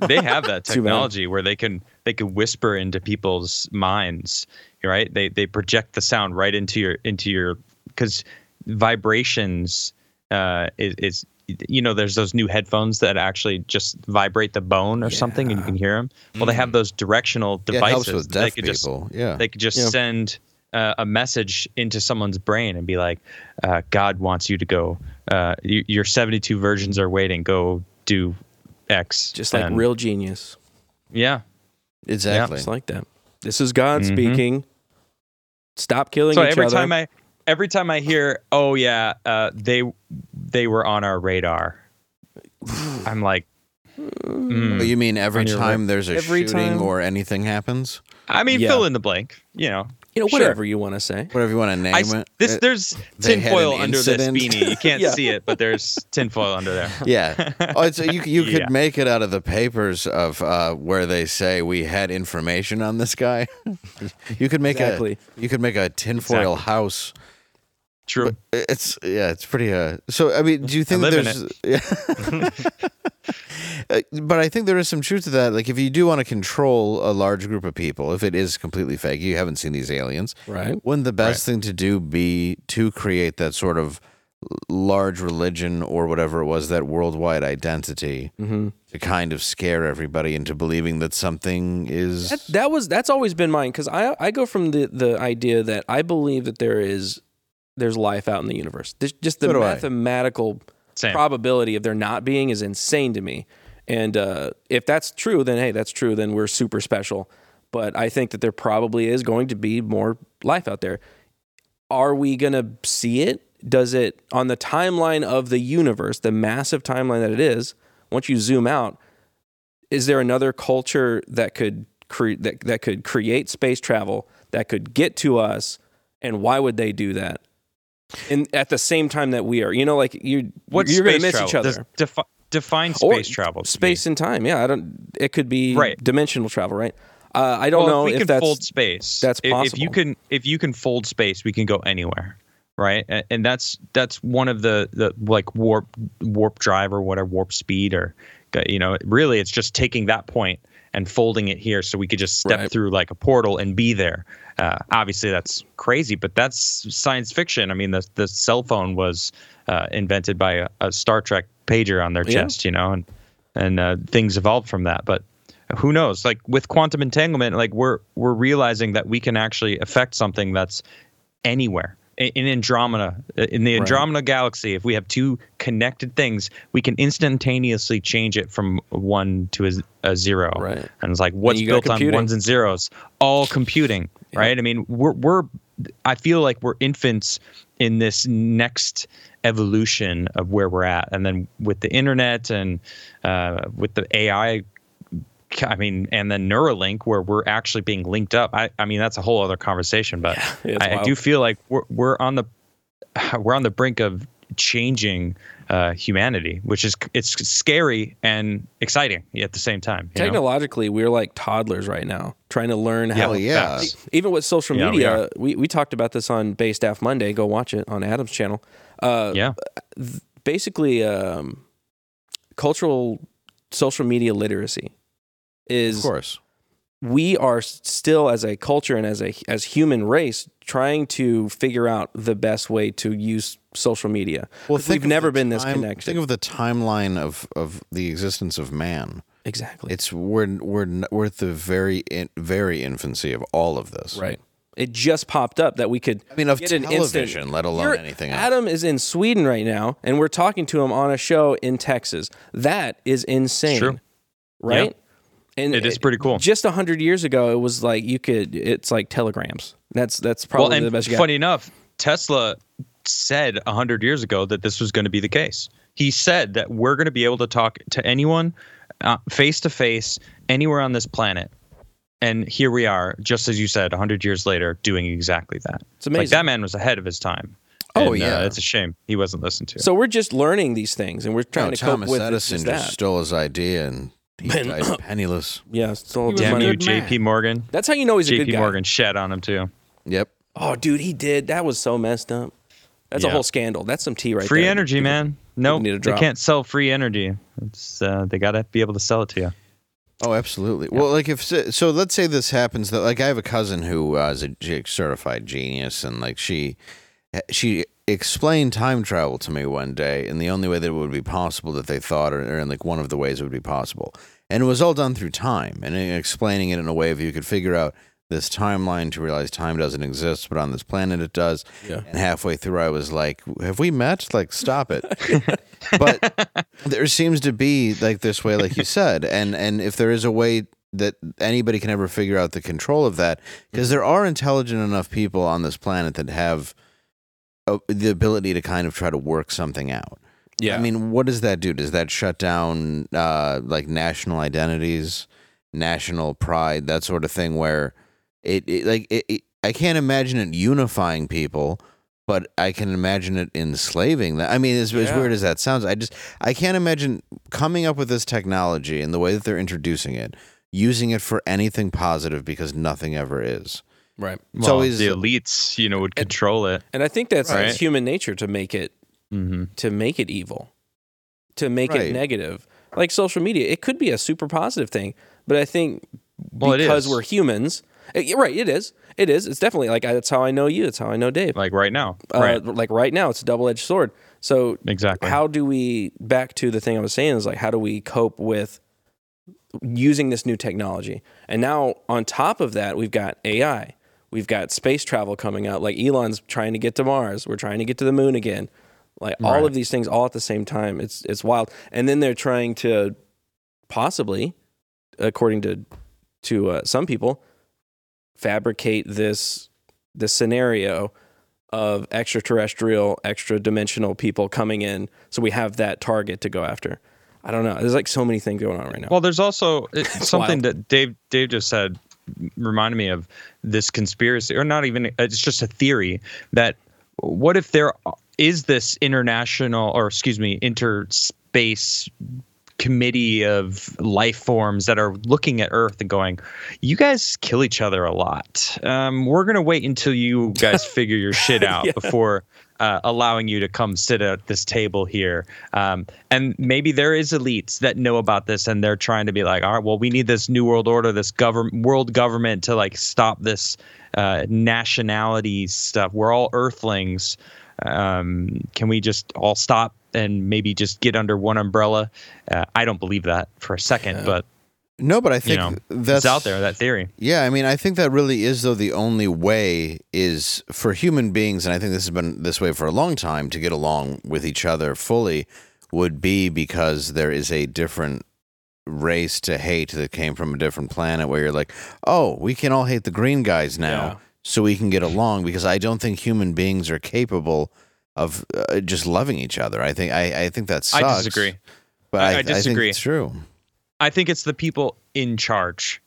Speaker 4: they
Speaker 1: [laughs]
Speaker 4: have that
Speaker 2: Too bad.
Speaker 4: technology where they can they can whisper into people's minds right they they project the sound right into your into your because vibrations uh is, is you know there's those new headphones that actually just vibrate the bone or something and you can hear them well they have those directional
Speaker 1: Mm. Yeah, it
Speaker 4: devices
Speaker 1: helps with
Speaker 4: that they
Speaker 1: deaf
Speaker 4: could just-
Speaker 1: people. yeah.
Speaker 4: they could just
Speaker 2: Yeah.
Speaker 4: send uh, a message into someone's brain and be like, uh, "God wants you to go. Uh, you, your seventy-two virgins are waiting. Go do X."
Speaker 2: Just like
Speaker 4: And-
Speaker 2: real genius.
Speaker 4: yeah.
Speaker 1: exactly.
Speaker 2: It's like that. This is God
Speaker 1: Mm-hmm.
Speaker 2: speaking. Stop killing
Speaker 4: So
Speaker 2: each
Speaker 4: every
Speaker 2: other.
Speaker 4: time I, every time I hear, "Oh yeah, uh, they they were on
Speaker 2: [sighs]
Speaker 4: our radar," I'm like,
Speaker 1: Oh, you mean every
Speaker 4: Mm. On your
Speaker 1: time there's a
Speaker 2: Every
Speaker 1: shooting
Speaker 2: time.
Speaker 1: or anything happens?
Speaker 4: I mean,
Speaker 2: Yeah.
Speaker 4: fill in the blank. You know,
Speaker 2: you know,
Speaker 4: Sure.
Speaker 2: whatever you want to say.
Speaker 1: Whatever you want to name
Speaker 4: I s-
Speaker 1: it. Uh,
Speaker 4: this
Speaker 2: uh,
Speaker 1: It-
Speaker 4: there's
Speaker 1: they had
Speaker 4: tinfoil
Speaker 1: an
Speaker 4: under
Speaker 1: incident.
Speaker 4: this
Speaker 2: [laughs]
Speaker 4: beanie. You can't
Speaker 2: Yeah.
Speaker 4: see it, but there's tinfoil
Speaker 2: [laughs]
Speaker 4: under there. [laughs]
Speaker 1: yeah. Oh, it's, you you could
Speaker 4: Yeah.
Speaker 1: make it out of the papers of uh, where they say we had information on this guy. [laughs] you could make
Speaker 2: Exactly.
Speaker 1: a you could make a tinfoil house.
Speaker 4: True.
Speaker 1: It's yeah, it's pretty. Uh, so I mean, do you think
Speaker 4: I
Speaker 1: that
Speaker 4: live
Speaker 1: [laughs]
Speaker 4: in
Speaker 1: there's? Uh, but I think there is some truth to that. Like, if you do want to control a large group of people, if it is completely fake, you haven't seen these aliens,
Speaker 2: Right.
Speaker 1: Wouldn't the best thing to do be to create that sort of large religion or whatever it was, that worldwide identity,
Speaker 2: Mm-hmm.
Speaker 1: to kind of scare everybody into believing that something is
Speaker 2: That, that was that's always been mine because I I go from the the idea that I believe that there is there's life out in the universe. There's just the
Speaker 1: So do I.
Speaker 2: mathematical
Speaker 4: Same.
Speaker 2: probability of there not being is insane to me. And uh, if that's true, then hey, that's true. Then we're super special. But I think that there probably is going to be more life out there. Are we gonna see it? Does it on the timeline of the universe, the massive timeline that it is? Once you zoom out, is there another culture that could cre- that that could create space travel that could get to us and why would they do that and at the same time that we are you know like you
Speaker 4: What's
Speaker 2: you're going to
Speaker 4: space
Speaker 2: miss
Speaker 4: travel?
Speaker 2: each other
Speaker 4: Does defi- define
Speaker 2: Or
Speaker 4: space travel. to me.
Speaker 2: space and time yeah i don't it could be
Speaker 4: Right.
Speaker 2: dimensional travel right uh, i don't
Speaker 4: well,
Speaker 2: know
Speaker 4: if we
Speaker 2: if,
Speaker 4: can
Speaker 2: that's
Speaker 4: fold space.
Speaker 2: that's
Speaker 4: i- If, you
Speaker 2: possible.
Speaker 4: can, if you can fold space, we can go anywhere, right? And, and that's that's one of the the like warp warp drive or whatever warp speed or you know really it's just taking that point and folding it here so we could just step
Speaker 2: Right.
Speaker 4: through like a portal and be there. Uh, obviously that's crazy, but that's science fiction. I mean the the cell phone was uh, invented by a, a Star Trek pager on their
Speaker 2: Yeah.
Speaker 4: chest, you know, and and uh, things evolved from that. But who knows? Like with quantum entanglement, like we're we're realizing that we can actually affect something that's anywhere. In in Andromeda, uh, in the Andromeda galaxy, if we have two connected things, we can instantaneously change it from one to a, z- a zero.
Speaker 2: Right.
Speaker 4: And it's like what's
Speaker 2: you got
Speaker 4: built
Speaker 2: computing.
Speaker 4: on ones and zeros, all computing. Right. I mean, we're we're. I feel like we're infants in this next evolution of where we're at, and then with the internet and uh, with the AI I mean, and then Neuralink, where we're actually being linked up. I, I mean, that's a whole other conversation, but
Speaker 2: it's
Speaker 4: I, I
Speaker 2: wild.
Speaker 4: do feel like we're, we're on the we're on the brink of changing uh, humanity, which is it's scary and exciting at the same time. you know?
Speaker 2: technologically we're like toddlers right now trying to learn how E,
Speaker 1: hell Oh, yeah.
Speaker 4: facts.
Speaker 2: even with social
Speaker 4: Yeah, we
Speaker 2: media
Speaker 4: are.
Speaker 2: we, we, talked about this on bay staff monday go watch it on adam's channel uh,
Speaker 4: Yeah,
Speaker 2: basically um, cultural social media literacy
Speaker 1: Of
Speaker 2: is
Speaker 1: course.
Speaker 2: we are s- still as a culture and as a as human race trying to figure out the best way to use social media.
Speaker 1: Well,
Speaker 2: we've
Speaker 1: of
Speaker 2: never
Speaker 1: the
Speaker 2: been this
Speaker 1: time-
Speaker 2: connected.
Speaker 1: Think of the timeline of of the existence of man.
Speaker 2: exactly.
Speaker 1: It's we're we're n- we're at the very in, very infancy of all of this.
Speaker 2: right. It just popped up that we could. I
Speaker 1: mean, of
Speaker 2: get an
Speaker 1: television,
Speaker 2: instant,
Speaker 1: let alone
Speaker 2: You're-
Speaker 1: anything else.
Speaker 2: Adam is in Sweden right now, and we're talking to him on a show in Texas. That is insane.
Speaker 4: True.
Speaker 2: Right.
Speaker 4: Yeah.
Speaker 2: And
Speaker 4: It is pretty cool.
Speaker 2: Just hundred years ago, it was like you could. It's like telegrams. That's that's probably
Speaker 4: well, and
Speaker 2: the best you got.
Speaker 4: funny enough, Tesla said 100 years ago that this was going to be the case. He said that we're going to be able to talk to anyone uh, face to face anywhere on this planet. And here we are, just as you said, 100 years later, doing exactly that.
Speaker 2: It's amazing.
Speaker 4: Like, that man was ahead of his time.
Speaker 1: Oh,
Speaker 4: And, uh,
Speaker 1: yeah.
Speaker 4: it's a shame he wasn't listened to.
Speaker 2: So we're just learning these things, and we're trying
Speaker 1: No,
Speaker 2: to cope
Speaker 1: Thomas
Speaker 2: with
Speaker 1: Edison
Speaker 2: just
Speaker 1: just
Speaker 2: that.
Speaker 1: stole his idea and he
Speaker 2: [laughs]
Speaker 1: died penniless.
Speaker 2: yeah, still
Speaker 3: was
Speaker 4: Damn
Speaker 3: a
Speaker 4: you,
Speaker 3: good man.
Speaker 4: JP Morgan.
Speaker 2: That's how you know he's a good
Speaker 4: JP
Speaker 2: guy.
Speaker 4: Morgan shat on him too.
Speaker 1: Yep.
Speaker 2: Oh, dude, he did. That was so messed up. That's a
Speaker 4: Yeah.
Speaker 2: whole scandal. That's some tea right
Speaker 4: free
Speaker 2: there.
Speaker 4: energy, man. No,
Speaker 2: People need to
Speaker 4: they
Speaker 2: drop.
Speaker 4: can't sell free energy. It's uh, they gotta be able to sell it to you.
Speaker 1: Oh, absolutely. Well, like if so, so let's say this happens that like I have a cousin who uh, is a ge- certified genius, and like she eh, she explained time travel to me one day, and the only way that it would be possible that they thought, or, or in like one of the ways it would be possible, and it was all done through time, and in explaining it in a way of you could figure out this timeline to realize time doesn't exist, but on this planet it does.
Speaker 2: Yeah.
Speaker 1: And halfway through, I was like, "Have we met? Like, stop it." but there seems to be like this way like you said and and if there is a way that anybody can ever figure out the control of that because there are intelligent enough people on this planet that have uh, the ability to kind of try to work something out
Speaker 2: Yeah.
Speaker 1: i mean what does that do does that shut down uh like national identities national pride that sort of thing where it, it like it, it, i can't imagine it unifying people but i can imagine it enslaving them i mean as, as
Speaker 2: Yeah.
Speaker 1: weird as that sounds i just i can't imagine coming up with this technology and the way that they're introducing it using it for anything positive because nothing ever is
Speaker 2: right.
Speaker 1: it's
Speaker 4: Well,
Speaker 1: always
Speaker 4: the elites, you know, would control it.
Speaker 2: And I think that's
Speaker 4: Right.
Speaker 2: it's human nature to make it
Speaker 4: Mm-hmm.
Speaker 2: to make it evil, to make
Speaker 1: Right.
Speaker 2: it negative. Like social media, it could be a super positive thing, but I think
Speaker 4: Well, it
Speaker 2: because
Speaker 4: is.
Speaker 2: we're humans, eh, you're right? It is. It is. It's definitely like I- that's how I know you. That's how I know Dave.
Speaker 4: Like right now,
Speaker 2: uh,
Speaker 4: right?
Speaker 2: Like right now, it's a double edged sword. So
Speaker 4: Exactly.
Speaker 2: how do we back to the thing I was saying is like how do we cope with using this new technology? And now on top of that, we've got AI. We've got space travel coming out. Like Elon's trying to get to Mars. We're trying to get to the moon again. Like all of these things all at the same time. It's it's wild. And then they're trying to possibly, according to to uh, some people, fabricate this this scenario of extraterrestrial, extra dimensional people coming in. So we have that target to go after. I don't know. There's like so many things going on right now.
Speaker 4: Well, there's also
Speaker 2: [laughs]
Speaker 4: it,
Speaker 2: wild.
Speaker 4: something that Dave Dave just said reminded me of this conspiracy, or not even. It's just a theory that what if there is this international, or excuse me, interspace committee of life forms that are looking at Earth and going, "You guys kill each other a lot. Um, we're gonna wait until you guys figure your shit out before." Uh, allowing you to come sit at this table here, um, and maybe there is elites that know about this, and they're trying to be like, all right, well, we need this new world order, this government, world government, to like stop this uh, nationality stuff. We're all Earthlings. Um, can we just all stop and maybe just get under one umbrella? Uh, I don't believe that for a second, but
Speaker 1: no but i
Speaker 4: you
Speaker 1: think
Speaker 4: know,
Speaker 1: that's
Speaker 4: it's out there that theory.
Speaker 1: Yeah, I mean, I think that really is though the only way is for human beings, and I think this has been this way for a long time to get along with each other fully would be because there is a different race to hate that came from a different planet where you're like, oh, we can all hate the green guys now,
Speaker 2: Yeah.
Speaker 1: so we can get along because I don't think human beings are capable of uh, just loving each other. I think I, I think that sucks.
Speaker 4: I disagree.
Speaker 1: But
Speaker 4: I- I
Speaker 1: I, think
Speaker 4: disagree.
Speaker 1: it's true.
Speaker 4: I think it's the people in charge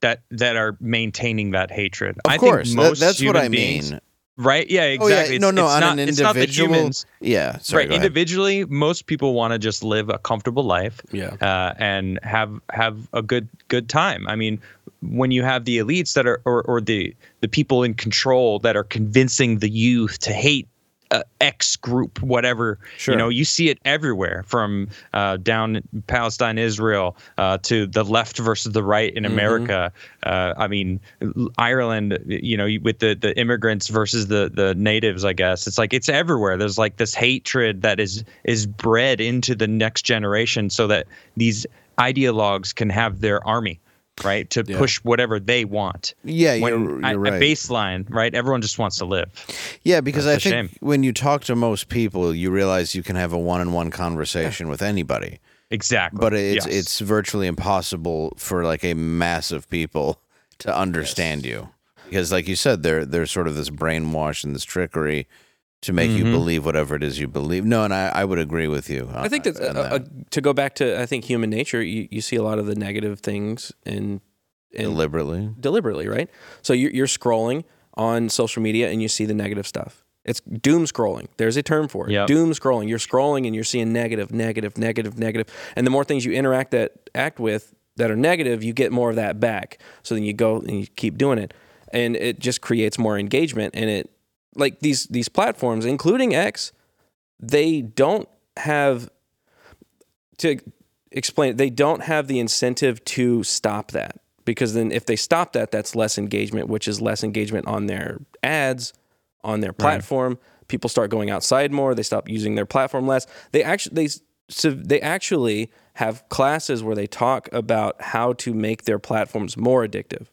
Speaker 4: that that are maintaining that hatred.
Speaker 1: Of
Speaker 4: I
Speaker 1: course,
Speaker 4: think
Speaker 1: that-
Speaker 4: most
Speaker 1: that's what
Speaker 4: human
Speaker 1: I
Speaker 4: beings-
Speaker 1: mean.
Speaker 4: right? Yeah,
Speaker 1: Oh,
Speaker 4: exactly.
Speaker 1: yeah,
Speaker 4: It's-
Speaker 1: no, no,
Speaker 4: it's
Speaker 1: on
Speaker 4: not,
Speaker 1: an
Speaker 4: it's not the
Speaker 1: individual.
Speaker 4: humans.
Speaker 1: yeah, sorry,
Speaker 4: right.
Speaker 1: go ahead.
Speaker 4: Individually, most people want to just live a comfortable life,
Speaker 2: Yeah.
Speaker 4: uh, and have have a good good time. I mean, when you have the elites that are, or, or the the people in control that are convincing the youth to hate uh, X group, whatever.
Speaker 1: Sure.
Speaker 4: You know, you see it everywhere from uh, down in Palestine, Israel, uh, to the left versus the right
Speaker 1: Mm-hmm.
Speaker 4: in America. Uh, I mean, l- Ireland, you know, you- with the, the immigrants versus the, the natives, I guess. It's like it's everywhere. There's like this hatred that is is bred into the next generation so that these ideologues can have their army right? To push whatever they want.
Speaker 1: Yeah, you're,
Speaker 4: When
Speaker 1: you're
Speaker 4: I-
Speaker 1: right.
Speaker 4: I baseline, right? Everyone just wants to live.
Speaker 1: Yeah, because I
Speaker 4: That's a
Speaker 1: think
Speaker 4: shame.
Speaker 1: when you talk to most people, you realize you can have a one-on-one conversation with anybody.
Speaker 4: Exactly.
Speaker 1: But it's
Speaker 4: Yes.
Speaker 1: it's virtually impossible for like a mass of people to understand you. Because like you said, they're they're sort of this brainwash and this trickery to make
Speaker 4: Mm-hmm.
Speaker 1: you believe whatever it is you believe. No, and I, I would agree with you. on-
Speaker 2: I think that's
Speaker 1: on
Speaker 2: uh, uh, to go back to I think human nature. You, you see a lot of the negative things in in
Speaker 1: deliberately.
Speaker 2: deliberately, right? So you're, you're scrolling on social media and you see the negative stuff. It's doom scrolling. There's a term for it.
Speaker 4: Yep.
Speaker 2: Doom scrolling. You're scrolling and you're seeing negative, negative, negative, negative. And the more things you interact that act with that are negative, you get more of that back. So then you go and you keep doing it, and it just creates more engagement. And it like these these platforms, including X, they don't have to explain they don't have the incentive to stop that because then if they stop that that's less engagement which is less engagement on their ads on their platform people start going outside more they stop using their platform less they actually they s- so they actually have classes where they talk about how to make their platforms more addictive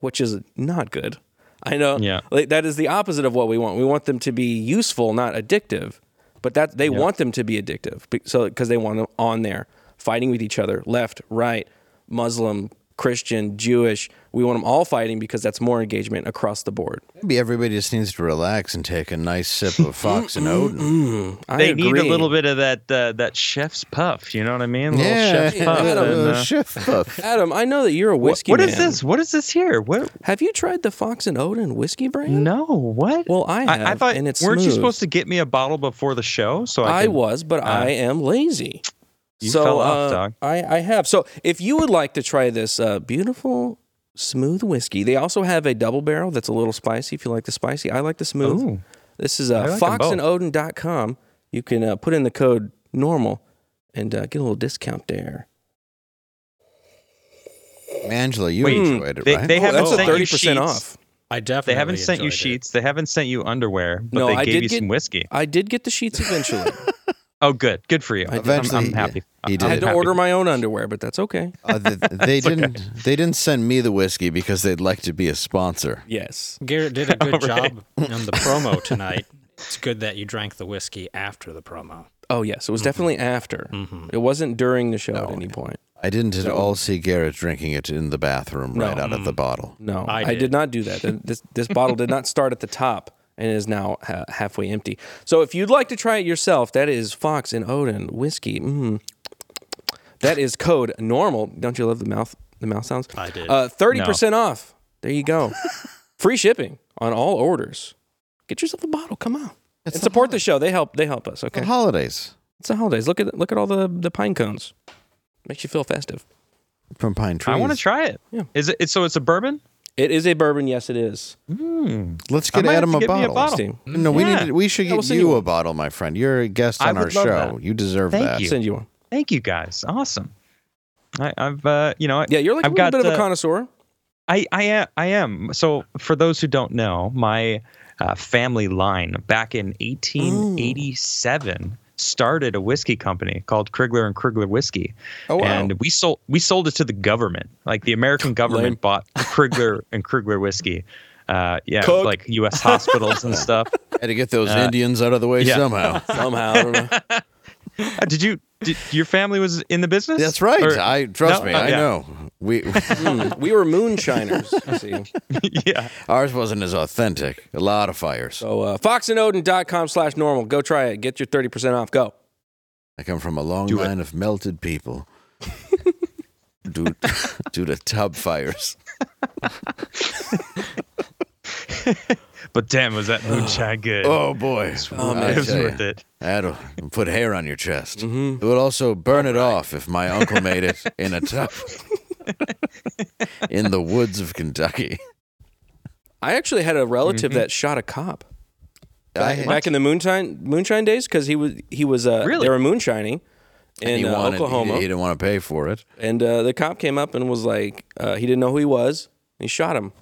Speaker 2: which is not good i know
Speaker 4: Yeah.
Speaker 2: like, that is the opposite of what we want we want them to be useful not addictive but that they want them to be addictive be- so because they want them on there fighting with each other left right muslim christian jewish we want them all fighting because that's more engagement across the board
Speaker 1: Maybe everybody just needs to relax and take a nice sip of Fox and Odin.
Speaker 2: I
Speaker 4: they need a
Speaker 2: agree.
Speaker 4: little bit of that uh, that chef's puff. You know what I mean? Little
Speaker 1: Yeah,
Speaker 4: chef's puff.
Speaker 1: a [laughs]
Speaker 4: and,
Speaker 1: little
Speaker 4: uh,
Speaker 1: chef puff.
Speaker 2: adam i know that you're a
Speaker 4: what,
Speaker 2: whiskey
Speaker 4: what is
Speaker 2: man.
Speaker 4: this? What is this here? What?
Speaker 2: have you tried the fox and odin whiskey brand
Speaker 4: No. What?
Speaker 2: Well, I
Speaker 4: I,
Speaker 2: have,
Speaker 4: thought.
Speaker 2: and it's
Speaker 4: weren't you
Speaker 2: smooth.
Speaker 4: supposed to get me a bottle before the show? So I,
Speaker 2: I
Speaker 4: can-
Speaker 2: was, but I am lazy.
Speaker 4: You
Speaker 2: so
Speaker 4: fell
Speaker 2: uh,
Speaker 4: off, dog.
Speaker 2: I, I have. So if you would like to try this uh, beautiful smooth whiskey, they also have a double barrel that's a little spicy. If you like the spicy, I like the smooth.
Speaker 4: Ooh.
Speaker 2: This is uh,
Speaker 4: I like 'em both.
Speaker 2: foxandodin.com. You can uh, put in the code normal and uh, get a little discount there.
Speaker 1: Angela, you
Speaker 4: uh, Wait,
Speaker 1: enjoyed it,
Speaker 4: they-
Speaker 1: right?
Speaker 4: they have-
Speaker 2: that's
Speaker 4: Oh,
Speaker 2: a
Speaker 4: thank you,
Speaker 2: thirty percent
Speaker 4: sheets.
Speaker 2: off.
Speaker 3: I
Speaker 4: They
Speaker 3: definitely
Speaker 4: haven't sent you
Speaker 3: enjoyed it.
Speaker 4: sheets. They haven't sent you underwear, but
Speaker 2: No,
Speaker 4: they
Speaker 2: I
Speaker 4: gave
Speaker 2: did
Speaker 4: you
Speaker 2: get-
Speaker 4: some whiskey.
Speaker 2: I did get the sheets
Speaker 4: [laughs]
Speaker 2: eventually.
Speaker 4: Oh, good. Good for you.
Speaker 2: I did.
Speaker 4: I am
Speaker 1: Eventually,
Speaker 4: I'm happy.
Speaker 1: yeah, he
Speaker 4: I'm
Speaker 2: I had to
Speaker 4: happy.
Speaker 2: order my own underwear, but that's okay.
Speaker 1: Uh,
Speaker 4: [laughs]
Speaker 1: th- they didn't. They didn't send me the whiskey because they'd like to be a sponsor.
Speaker 2: Yes.
Speaker 3: Garrett
Speaker 4: [laughs]
Speaker 3: did a good job on the promo tonight. It's good that you drank the whiskey after the promo.
Speaker 2: Oh yes, it was definitely after. It wasn't during the show at any point.
Speaker 1: I didn't at all see Garrett drinking it in the bathroom right out of
Speaker 4: Mm.
Speaker 1: the bottle.
Speaker 2: No, I
Speaker 3: I
Speaker 2: did.
Speaker 3: did.
Speaker 2: not do that. Th- This this bottle did not start at the top and is now ha- halfway empty. So if you'd like to try it yourself, that is Fox and Odin whiskey. Mm. That is code normal. Don't you love the mouth the mouth sounds? I
Speaker 3: did.
Speaker 2: Thirty percent off. There you go. Free shipping on all orders. Get yourself a bottle. Come on. and support the show. They help. They help us.
Speaker 1: The
Speaker 2: Okay.
Speaker 1: holidays
Speaker 2: It's the holidays. Look at look at all the the pine cones. Makes you feel festive.
Speaker 1: from Pine Trees.
Speaker 4: I want to try it.
Speaker 2: Yeah.
Speaker 4: Is it? It's, so it's a bourbon.
Speaker 2: It is a bourbon. Yes, it is.
Speaker 1: Let's
Speaker 4: I
Speaker 1: get
Speaker 4: might have
Speaker 1: Adam
Speaker 4: to
Speaker 1: a
Speaker 4: get me
Speaker 1: bottle.
Speaker 4: a bottle.
Speaker 2: Steam.
Speaker 1: No, we
Speaker 4: Yeah.
Speaker 1: need. We should
Speaker 2: Yeah, we'll
Speaker 1: get
Speaker 2: send you
Speaker 1: you a
Speaker 2: one.
Speaker 1: bottle, my friend. You're a guest
Speaker 4: I
Speaker 1: on our
Speaker 4: would love
Speaker 1: show.
Speaker 4: that.
Speaker 1: You deserve
Speaker 4: Thank
Speaker 1: that.
Speaker 4: you.
Speaker 2: Send you one.
Speaker 4: Thank you guys. Awesome. I, I've uh, you know
Speaker 2: Yeah, you're like
Speaker 4: I've
Speaker 2: a little
Speaker 4: got,
Speaker 2: bit of a
Speaker 4: uh,
Speaker 2: connoisseur.
Speaker 4: [laughs] I, I am. I am. So, for those who don't know, my uh, family line back in 1887
Speaker 1: Oh.
Speaker 4: started a whiskey company called Krigler and Krigler Whiskey,
Speaker 1: Oh, wow.
Speaker 4: and we sold we sold it to the government. Like
Speaker 1: [laughs]
Speaker 4: the American
Speaker 2: Lame.
Speaker 4: government bought Krigler and Krigler Whiskey. Uh, yeah,
Speaker 2: Coke.
Speaker 4: like U.S. hospitals and stuff.
Speaker 1: Had to get those Indians out of the way
Speaker 4: Uh, yeah. [laughs]
Speaker 1: somehow.
Speaker 2: somehow. I don't know.
Speaker 4: Uh, did you? Did, your family was in the business?
Speaker 1: That's right.
Speaker 4: Or-
Speaker 1: I trust
Speaker 4: No,
Speaker 1: me.
Speaker 4: oh,
Speaker 1: I
Speaker 4: yeah.
Speaker 1: know. We [laughs]
Speaker 2: Mm, we were moonshiners. [laughs] you see.
Speaker 4: [laughs] yeah.
Speaker 1: ours wasn't as authentic. A lot of fires.
Speaker 2: So uh, foxandodin.com slash normal. Go try it. Get your 30% off. Go.
Speaker 1: I come from a long
Speaker 4: Do it.
Speaker 1: line of melted people.
Speaker 2: [laughs]
Speaker 1: due, due to tub fires.
Speaker 4: But damn, was that moonshine good?
Speaker 1: Oh boy.
Speaker 2: [laughs] Oh, man.
Speaker 1: I
Speaker 4: it was
Speaker 1: tell ya.
Speaker 4: worth it.
Speaker 1: That'll put hair on your chest.
Speaker 2: Mm-hmm.
Speaker 1: It would also burn it off if my uncle made it in a
Speaker 2: [laughs]
Speaker 1: tub in the woods of Kentucky.
Speaker 2: I actually had a relative
Speaker 4: Mm-hmm.
Speaker 2: that shot a cop
Speaker 1: I,
Speaker 2: back, back in the moonshine moonshine days because he was he was uh,
Speaker 4: Really?
Speaker 2: they were moonshining
Speaker 1: he
Speaker 2: in uh,
Speaker 1: wanted- he-
Speaker 2: Oklahoma,
Speaker 1: He, didn't want to pay for it.
Speaker 2: and uh, the cop came up and was like uh, he didn't know who he was. And he shot him.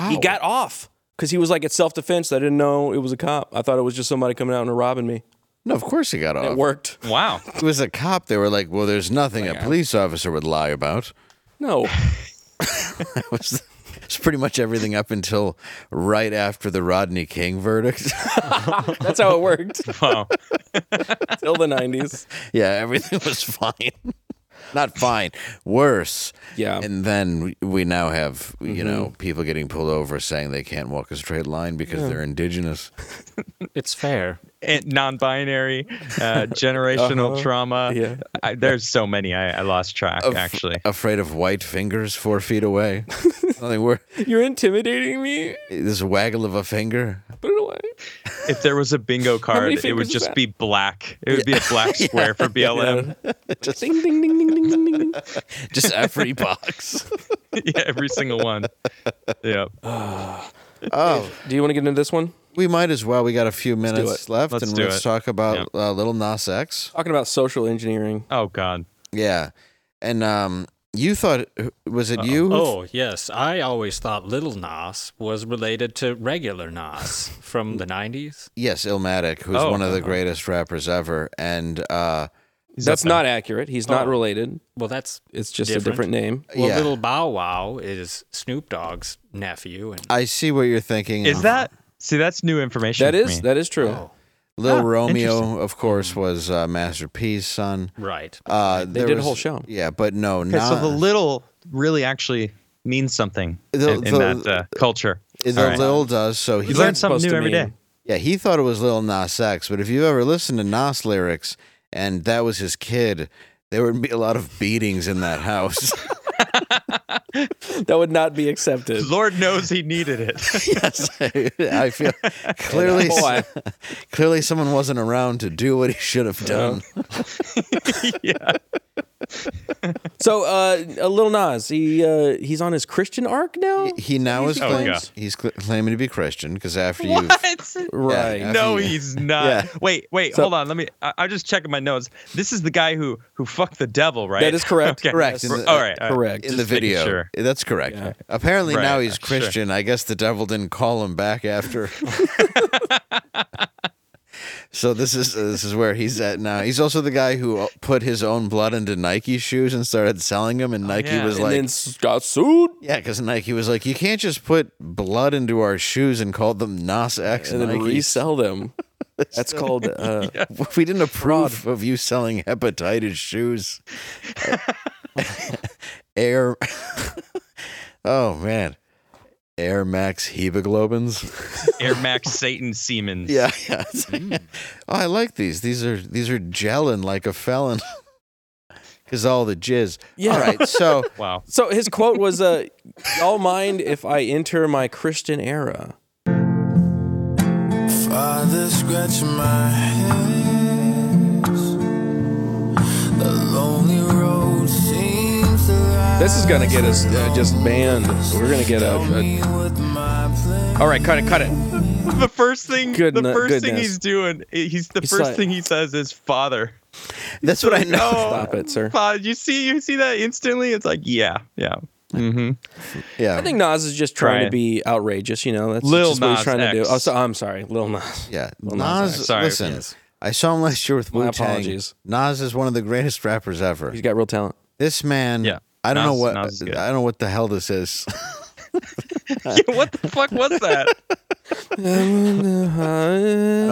Speaker 1: Wow.
Speaker 2: He got off because he was like it's self defense. I didn't know it was a cop. I thought it was just somebody coming out and robbing me.
Speaker 1: no, of course he got
Speaker 2: It
Speaker 1: off.
Speaker 2: worked.
Speaker 4: Wow.
Speaker 2: Oh,
Speaker 1: It was a cop. They were like, "Well, there's nothing a police officer would lie about."
Speaker 2: No.
Speaker 1: It was, it's pretty much everything up until right after the Rodney King verdict. [laughs]
Speaker 2: That's how it worked [laughs]
Speaker 4: Wow.
Speaker 2: till the 90s.
Speaker 1: yeah, everything was fine. [laughs] Not fine, worse.
Speaker 2: Yeah.
Speaker 1: And then we- we now have, you
Speaker 4: Mm-hmm.
Speaker 1: know, people getting pulled over saying they can't walk a straight line because they're indigenous.
Speaker 3: It's fair.
Speaker 4: and eh, non-binary,
Speaker 2: [laughs]
Speaker 4: uh, generational trauma.
Speaker 2: Uh-huh. Yeah.
Speaker 4: I, there's so many. I, I lost track
Speaker 1: Af-
Speaker 4: actually.
Speaker 1: [laughs] Afraid of white fingers four feet
Speaker 4: [laughs]
Speaker 1: away. Nothing worse.
Speaker 2: You're intimidating me.
Speaker 1: This waggle of a finger.
Speaker 2: Put it away.
Speaker 4: If there was a bingo
Speaker 2: many
Speaker 4: card, it
Speaker 2: fingers
Speaker 4: would
Speaker 2: is
Speaker 4: just
Speaker 2: that?
Speaker 4: be black. It would be a
Speaker 2: [laughs]
Speaker 4: black square for BLM.
Speaker 2: Just ding, ding, ding, ding, ding, ding, ding.
Speaker 1: Just
Speaker 4: [laughs]
Speaker 1: every box.
Speaker 4: [laughs] Yeah. every single one. Yeah.
Speaker 1: Oh,
Speaker 2: Do you want to get into this one?
Speaker 1: we might as well. We got a few minutes left,
Speaker 4: Let's
Speaker 1: and
Speaker 4: do
Speaker 1: let's
Speaker 4: it.
Speaker 1: talk about uh, Little Nas X.
Speaker 2: Talking about social engineering.
Speaker 4: Oh God.
Speaker 1: Yeah, and um, you thought was it you? who-
Speaker 3: Oh, yes. I always thought Little Nas was related to regular Nas from the 90s.
Speaker 1: Yes, Illmatic, who's one
Speaker 4: Oh,
Speaker 1: of the greatest rappers ever, and uh,
Speaker 2: That's not accurate. He's not
Speaker 3: Oh.
Speaker 2: related.
Speaker 3: Well, that's
Speaker 2: It's just a different
Speaker 3: Different.
Speaker 2: name.
Speaker 3: well,
Speaker 1: yeah,
Speaker 3: Little Bow Wow is Snoop Dogg's nephew, and
Speaker 1: I see what you're thinking.
Speaker 4: Is that? See, that's new information.
Speaker 2: That
Speaker 4: for
Speaker 2: is
Speaker 4: me.
Speaker 2: that is true.
Speaker 1: Lil
Speaker 4: Ah,
Speaker 1: Romeo?
Speaker 4: interesting.
Speaker 1: Of course, was uh, Master P's son.
Speaker 3: right.
Speaker 1: Uh,
Speaker 2: They
Speaker 1: there
Speaker 2: did a
Speaker 1: was-
Speaker 2: whole show.
Speaker 1: Yeah, but no,
Speaker 4: Okay,
Speaker 1: not
Speaker 4: so the little really actually means something
Speaker 1: The-
Speaker 4: in, in
Speaker 1: the-
Speaker 4: that uh, culture.
Speaker 1: the
Speaker 4: All right.
Speaker 1: Lil does. So he,
Speaker 4: You learn
Speaker 2: That's
Speaker 4: something
Speaker 2: supposed
Speaker 4: new
Speaker 2: to
Speaker 4: every
Speaker 2: mean-
Speaker 4: day.
Speaker 1: yeah, he thought it was Lil Nas X, but if you ever listen to Nas lyrics, and that was his kid. There would be a lot of beatings in that house.
Speaker 2: That would not be accepted.
Speaker 4: Lord knows he needed
Speaker 2: [laughs]
Speaker 4: it.
Speaker 1: yes, I, [laughs] I
Speaker 4: [laughs]
Speaker 1: feel clearly.
Speaker 2: Boy.
Speaker 1: [laughs] Clearly, someone wasn't around to do what he should have done.
Speaker 2: So, uh, uh, Little Nas, he uh, he's on his Christian arc now,
Speaker 1: He now is
Speaker 4: Oh,
Speaker 1: claims,
Speaker 4: God.
Speaker 1: he's cl- claiming to be Christian because after you,
Speaker 4: [laughs] What?
Speaker 2: right?
Speaker 1: Yeah.
Speaker 4: No,
Speaker 1: Yeah.
Speaker 2: [laughs]
Speaker 4: he's not.
Speaker 1: Yeah.
Speaker 4: Wait, wait,
Speaker 2: So-
Speaker 4: hold on. Let me. I, I'm just checking my notes. This is the guy who who fucked the devil, right?
Speaker 2: That is correct.
Speaker 4: [laughs] Okay.
Speaker 1: Correct.
Speaker 4: All
Speaker 1: In
Speaker 4: right.
Speaker 1: the-
Speaker 4: all right.
Speaker 2: Correct.
Speaker 1: in the
Speaker 4: Just making
Speaker 1: video,
Speaker 4: sure.
Speaker 1: that's correct. Apparently
Speaker 4: Right,
Speaker 1: now he's
Speaker 4: sure.
Speaker 1: Christian. I guess the devil didn't call him back
Speaker 4: [laughs]
Speaker 1: after. [laughs] so this is this is where he's at now. He's also the guy who put his own blood into Nike shoes and started selling them, and Nike
Speaker 4: Oh, yeah.
Speaker 1: was
Speaker 2: and
Speaker 1: like,
Speaker 2: then s- got sued,
Speaker 1: Yeah, because Nike was like, you can't just put blood into our shoes and call them Nas X
Speaker 2: and then
Speaker 1: Nike.
Speaker 2: resell
Speaker 4: [laughs]
Speaker 2: them. That's called uh,
Speaker 1: [laughs] We didn't approve of you selling hepatitis shoes. [laughs] Air. [laughs] oh, man. Air Max hemoglobins.
Speaker 4: Air Max Satan Siemens.
Speaker 1: Yeah, yeah. [laughs] oh, I like these. These are these are gelling like a felon. [laughs] Cause all the jizz.
Speaker 2: Yeah.
Speaker 1: All right. So
Speaker 4: Wow.
Speaker 2: So his quote was, uh, "Y'all mind if I enter my Christian era?"
Speaker 7: Father scratching my head. The lonely road seems to lie
Speaker 2: This is gonna get us uh, just banned. We're gonna get a. a...
Speaker 7: with my plan.
Speaker 2: All right, cut it, cut it.
Speaker 4: [laughs] The first thing.
Speaker 2: Goodn-
Speaker 4: the first thing
Speaker 2: goodness.
Speaker 4: he's doing. He's the
Speaker 2: He's
Speaker 4: first
Speaker 2: like-
Speaker 4: thing he says is father.
Speaker 1: that's what I know.
Speaker 2: [laughs] Stop it, sir.
Speaker 4: Father. You see. You see that instantly. It's like yeah, yeah. Mm-hmm.
Speaker 1: Yeah.
Speaker 2: I think Nas is just trying to
Speaker 4: Trying.
Speaker 2: be outrageous. You know, that's
Speaker 4: Lil
Speaker 2: just what he's
Speaker 4: Nas
Speaker 2: trying to do.
Speaker 4: X.
Speaker 2: Oh, so, I'm sorry, Lil Nas.
Speaker 1: Yeah,
Speaker 2: Nas
Speaker 1: Nas.
Speaker 2: X.
Speaker 4: Sorry.
Speaker 1: Listen, I saw him last year with
Speaker 2: My
Speaker 1: Wu Tang.
Speaker 2: apologies.
Speaker 1: Nas is one of the greatest rappers ever.
Speaker 2: He's got real
Speaker 4: [laughs]
Speaker 2: talent.
Speaker 1: This man.
Speaker 4: Yeah,
Speaker 1: I don't know
Speaker 4: Nas-
Speaker 1: what
Speaker 4: Nas is good.
Speaker 1: I don't know what the hell this is. [laughs]
Speaker 2: Uh.
Speaker 4: [laughs] Yeah, what the fuck was
Speaker 2: [laughs]
Speaker 4: that?
Speaker 2: I'm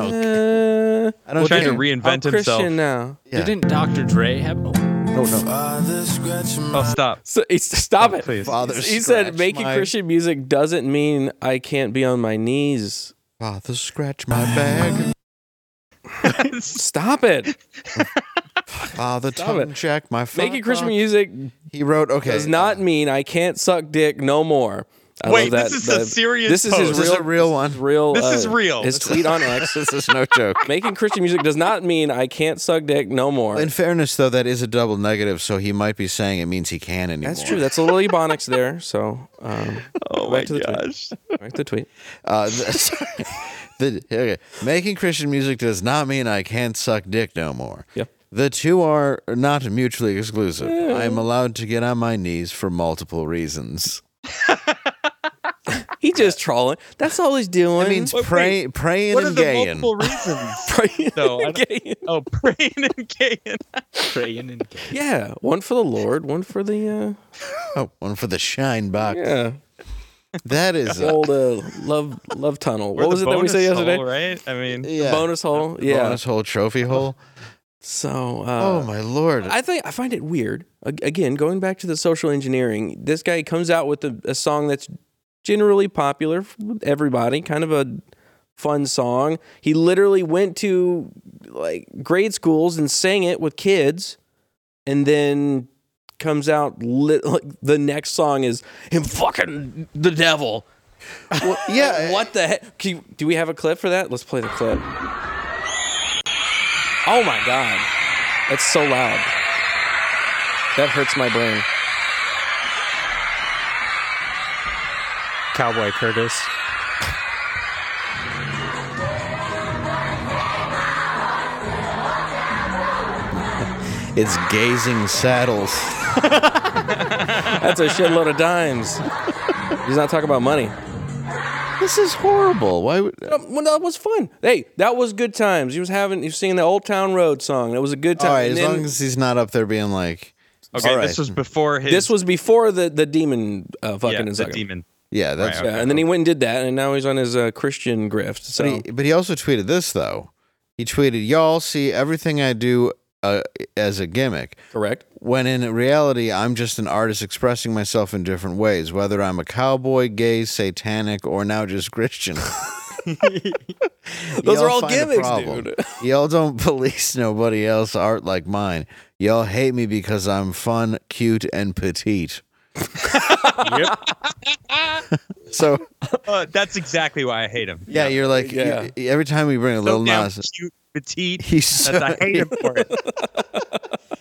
Speaker 1: I don't
Speaker 4: Trying to
Speaker 1: care.
Speaker 4: reinvent himself.
Speaker 2: Christian uh, now.
Speaker 1: Yeah.
Speaker 3: Didn't Dr. Dre have? Oh,
Speaker 7: Father scratching my
Speaker 4: Oh, stop. [laughs]
Speaker 2: So, he- stop it.
Speaker 4: Please.
Speaker 1: Father
Speaker 2: He
Speaker 1: scratch
Speaker 2: said making
Speaker 1: my,
Speaker 2: Christian music doesn't mean I can't be on my knees.
Speaker 1: Father scratch my bag.
Speaker 2: Stop it.
Speaker 1: Father tongue
Speaker 2: it.
Speaker 1: check my.
Speaker 2: Making
Speaker 1: fuck
Speaker 2: Christian
Speaker 1: off.
Speaker 2: music
Speaker 1: He wrote. Okay.
Speaker 2: does not
Speaker 1: uh,
Speaker 2: mean I can't suck dick no more. I
Speaker 4: Wait,
Speaker 2: love that.
Speaker 4: this is a
Speaker 2: the-
Speaker 4: serious
Speaker 2: This is his
Speaker 4: post.
Speaker 1: This
Speaker 2: real,
Speaker 1: is a real one.
Speaker 2: real.
Speaker 4: This
Speaker 2: uh,
Speaker 4: is real.
Speaker 2: His tweet on
Speaker 1: [laughs]
Speaker 2: X.
Speaker 1: this is no joke.
Speaker 2: Making Christian music does not mean I can't suck dick no more.
Speaker 1: In fairness, though, that is a double negative, so he might be saying it means he can anymore.
Speaker 2: That's true. That's a little ebonics there. So, um,
Speaker 4: Oh my
Speaker 2: to the tweet.
Speaker 4: gosh.
Speaker 2: back to the tweet.
Speaker 1: Uh, [laughs] the, the- okay. Making Christian music does not mean I can't suck dick no more.
Speaker 2: Yeah.
Speaker 1: The two are not mutually exclusive. I am allowed to get on my knees for multiple reasons.
Speaker 2: He just trolling. That's all he's doing.
Speaker 1: That
Speaker 2: [laughs]
Speaker 1: means pray, praying
Speaker 4: What are
Speaker 1: and
Speaker 4: the
Speaker 1: gaying.
Speaker 4: multiple reasons?
Speaker 2: praying.
Speaker 4: No,
Speaker 2: [laughs]
Speaker 4: I
Speaker 2: and
Speaker 4: don't-
Speaker 2: getting-
Speaker 4: oh, praying and gaying.
Speaker 3: praying and
Speaker 2: yeah, one for the Lord, one for the. Uh,
Speaker 1: Oh, one for the shine box.
Speaker 2: Yeah.
Speaker 1: That is a-
Speaker 2: old uh, love love tunnel.
Speaker 1: Or
Speaker 2: what
Speaker 1: the
Speaker 2: was it that we
Speaker 1: bonus
Speaker 2: said yesterday?
Speaker 1: hole,
Speaker 4: right? I mean,
Speaker 1: yeah.
Speaker 2: bonus hole.
Speaker 1: The
Speaker 2: Yeah,
Speaker 1: bonus hole, trophy hole.
Speaker 2: So, uh,
Speaker 1: oh my lord!
Speaker 2: I think I find it weird. A- Again, going back to the social engineering, this guy comes out with a, a song that's generally popular with everybody, kind of a fun song. He literally went to like grade schools and sang it with kids, and then comes out lit, [laughs] like the next song is him fucking the devil. yeah, [laughs] what the heck? Can you- do we have a clip for that? Let's play the clip. Oh my god. That's so loud. That hurts my brain.
Speaker 3: Cowboy Curtis.
Speaker 1: It's gazing saddles.
Speaker 2: That's a shitload of dimes. He's not talking about money.
Speaker 1: This is horrible. Why would
Speaker 2: Well, that was fun. Hey, that was good times. He was having, he was singing the Old Town Road song. It was a good time.
Speaker 1: All right,
Speaker 2: And
Speaker 1: as
Speaker 2: then-
Speaker 1: long as he's not up there being like,
Speaker 4: Okay,
Speaker 1: all right.
Speaker 4: this was before his.
Speaker 2: this was before the the demon uh, fucking
Speaker 4: yeah,
Speaker 2: and
Speaker 4: the
Speaker 2: sucking.
Speaker 4: demon.
Speaker 1: yeah, that's.
Speaker 2: Yeah, and then he went and did that, and now he's on his uh, Christian grift. So
Speaker 1: But, he, but he also tweeted this though. He tweeted, "Y'all see everything I do uh, as a gimmick,
Speaker 2: correct.
Speaker 1: when in reality I'm just an artist expressing myself in different ways, whether I'm a cowboy, gay, satanic, or now just Christian."
Speaker 2: [laughs]
Speaker 1: [laughs]
Speaker 2: Those
Speaker 1: Y'all
Speaker 2: are all
Speaker 1: find a
Speaker 2: gimmicks,
Speaker 1: problem.
Speaker 2: dude. [laughs]
Speaker 1: Y'all don't police nobody else art like mine. Y'all hate me because I'm fun, cute, and petite.
Speaker 3: Yep.
Speaker 1: [laughs] So
Speaker 4: Uh, that's exactly why I hate him.
Speaker 1: yeah, you're like
Speaker 2: Yeah.
Speaker 1: you- every time we bring a
Speaker 4: So
Speaker 1: little
Speaker 4: damn
Speaker 1: Nas,
Speaker 4: cute, petite.
Speaker 1: he's
Speaker 4: that's-
Speaker 1: so, [laughs]
Speaker 2: [laughs]
Speaker 4: I hate him for it.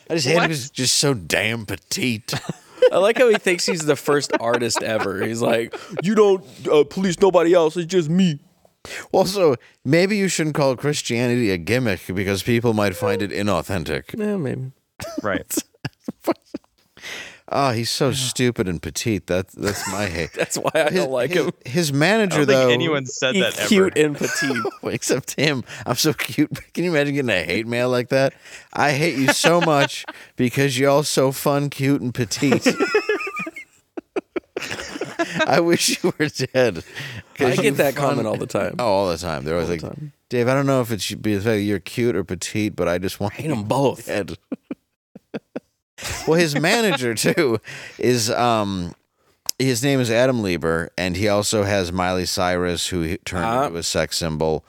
Speaker 1: I just hate him. 'cause He's just so damn petite. [laughs]
Speaker 2: I like how he thinks he's the first artist ever. He's like, you don't uh, police nobody else. It's just me.
Speaker 1: Also, maybe you shouldn't call Christianity a gimmick because people might find it inauthentic.
Speaker 2: Yeah, maybe. [laughs]
Speaker 4: Right.
Speaker 1: Ah, he's so stupid and petite. That that's
Speaker 2: [laughs]
Speaker 1: my hate.
Speaker 2: That's why I don't like
Speaker 1: his,
Speaker 2: him.
Speaker 1: His manager
Speaker 4: I don't
Speaker 1: though
Speaker 4: think anyone said
Speaker 2: He's
Speaker 4: that ever.
Speaker 2: cute and petite.
Speaker 1: [laughs] except him. I'm so cute. [laughs] Can you imagine getting a hate mail like that? I hate you
Speaker 2: [laughs]
Speaker 1: so much because you're all so fun, cute, and
Speaker 2: [laughs]
Speaker 1: petite. [laughs] I wish you were dead. 'Cause
Speaker 2: I
Speaker 1: you
Speaker 2: get that
Speaker 1: fun-
Speaker 2: comment all the time.
Speaker 1: Oh, all the time. They're always like, Dave, I don't know if it should be the fact that you're cute or petite, but I just want
Speaker 2: hate
Speaker 1: [laughs]
Speaker 2: 'em both.
Speaker 1: Dead. well, his [laughs] manager too is um his name is Adam Lieber, and he also has Miley Cyrus, who he turned
Speaker 2: Ah.
Speaker 1: into a sex symbol.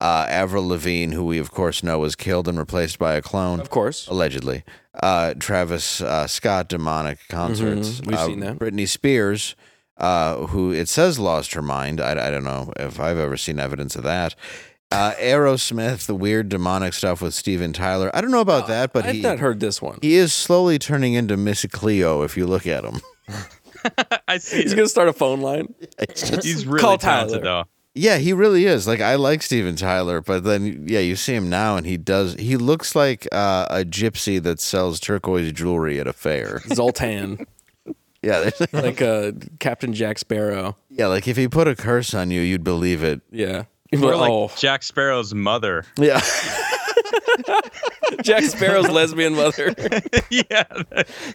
Speaker 1: Uh, Avril Lavigne, who we of course know was killed and replaced by a clone,
Speaker 2: Of course.
Speaker 1: allegedly. Uh, Travis uh, Scott, demonic concerts.
Speaker 2: Mhm, we've
Speaker 1: Uh,
Speaker 2: seen that.
Speaker 1: Britney Spears, uh, who it says lost her mind. I, I don't know if I've ever seen evidence of that. Uh, Aerosmith, the weird demonic stuff with Steven Tyler. I don't know about that, but
Speaker 2: I've
Speaker 1: he
Speaker 2: not heard this one.
Speaker 1: he is slowly turning into Miss Cleo if you look at him.
Speaker 4: [laughs]
Speaker 1: [laughs]
Speaker 4: I see.
Speaker 2: He's
Speaker 4: it.
Speaker 2: gonna start a phone line.
Speaker 1: It's just-
Speaker 2: [laughs]
Speaker 4: He's really
Speaker 2: Call
Speaker 4: talented,
Speaker 2: Tyler.
Speaker 4: though.
Speaker 1: yeah, he really is. Like I like Steven Tyler, but then yeah, you see him now and he does he looks like uh, a gypsy that sells turquoise jewelry at a fair. [laughs]
Speaker 2: Zoltan,
Speaker 1: Yeah, there's-
Speaker 2: like uh, Captain Jack Sparrow.
Speaker 1: yeah, like if he put a curse on you, you'd believe it.
Speaker 2: Yeah.
Speaker 4: We're like
Speaker 2: oh,
Speaker 4: Jack
Speaker 2: [laughs]
Speaker 4: Sparrow's mother.
Speaker 1: Yeah.
Speaker 2: Jack Sparrow's lesbian mother.
Speaker 4: yeah.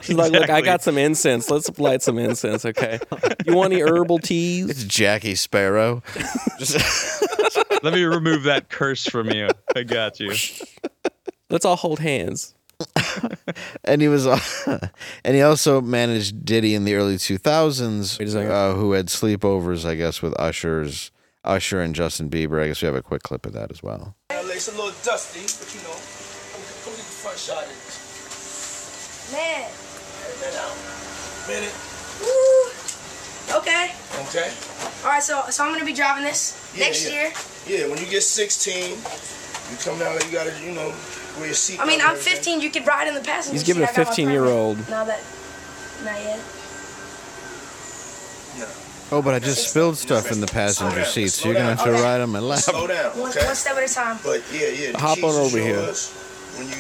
Speaker 2: She's like, look, I got some incense. Let's light some incense, okay? You want any herbal teas?
Speaker 1: It's Jackie Sparrow.
Speaker 4: Let me remove that curse from you. I got you.
Speaker 2: Let's all hold hands.
Speaker 1: and he was [laughs] and he also managed Diddy in the early 2000s
Speaker 2: Wait a second.
Speaker 1: Uh, who had sleepovers I guess with Usher's Usher and Justin Bieber. I guess we have a quick clip of that as well.
Speaker 7: It's a little dusty, but you know, I'm gonna get the front shot at it.
Speaker 11: Man,
Speaker 7: Man, out. Minute,
Speaker 11: woo. Okay.
Speaker 7: okay?
Speaker 11: All right. So, so I'm gonna be driving this
Speaker 7: Yeah,
Speaker 11: next
Speaker 7: yeah.
Speaker 11: year.
Speaker 7: Yeah, when you get 16, you come down, you gotta, you know, wear your seat.
Speaker 11: I mean, I'm 15. You could ride in the passenger
Speaker 2: He's giving
Speaker 11: seat.
Speaker 2: a
Speaker 11: I got my
Speaker 2: 15-year-old.
Speaker 11: permit. No, that, not yet.
Speaker 1: Oh, but I just spilled stuff in the passenger seat, so you're gonna have to ride on my lap.
Speaker 7: Slow down,
Speaker 11: One,
Speaker 7: okay?
Speaker 11: one step at a time.
Speaker 7: But yeah, yeah. the
Speaker 2: Hop
Speaker 7: keys
Speaker 2: on
Speaker 7: is
Speaker 2: over here.
Speaker 7: yours When you,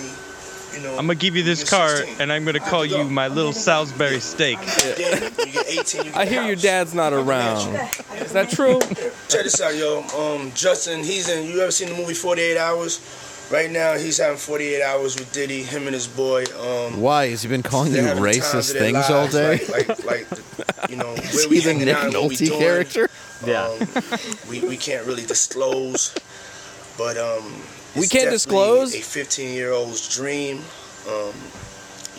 Speaker 7: you know,
Speaker 4: I'm gonna give you
Speaker 7: when
Speaker 4: this
Speaker 7: get
Speaker 4: car,
Speaker 7: 16.
Speaker 4: and I'm gonna call you my little Salisbury steak.
Speaker 7: Then when you get 18, you
Speaker 2: I
Speaker 7: get
Speaker 2: hear
Speaker 7: the
Speaker 2: your
Speaker 7: house.
Speaker 2: dad's not around.
Speaker 11: Okay.
Speaker 2: Is that true?
Speaker 7: Check this out, yo. Um, Justin, he's in. You ever seen the movie Forty Eight Hours? Right now, he's having 48 hours with Diddy, him and his boy. Um,
Speaker 1: Why has he been calling
Speaker 7: they're
Speaker 1: you
Speaker 7: having times
Speaker 1: racist
Speaker 7: of their
Speaker 1: things all day?
Speaker 7: lives, Like, like, like the, you know,
Speaker 1: Is
Speaker 7: where we
Speaker 1: he the
Speaker 7: hanging
Speaker 1: Nick
Speaker 7: out and what we
Speaker 1: Nolte
Speaker 7: doing.
Speaker 1: character?
Speaker 7: Yeah. we, we can't really disclose, but um,
Speaker 2: We
Speaker 7: it's
Speaker 2: can't
Speaker 7: definitely
Speaker 2: disclose?
Speaker 7: a 15 year old's dream. Um,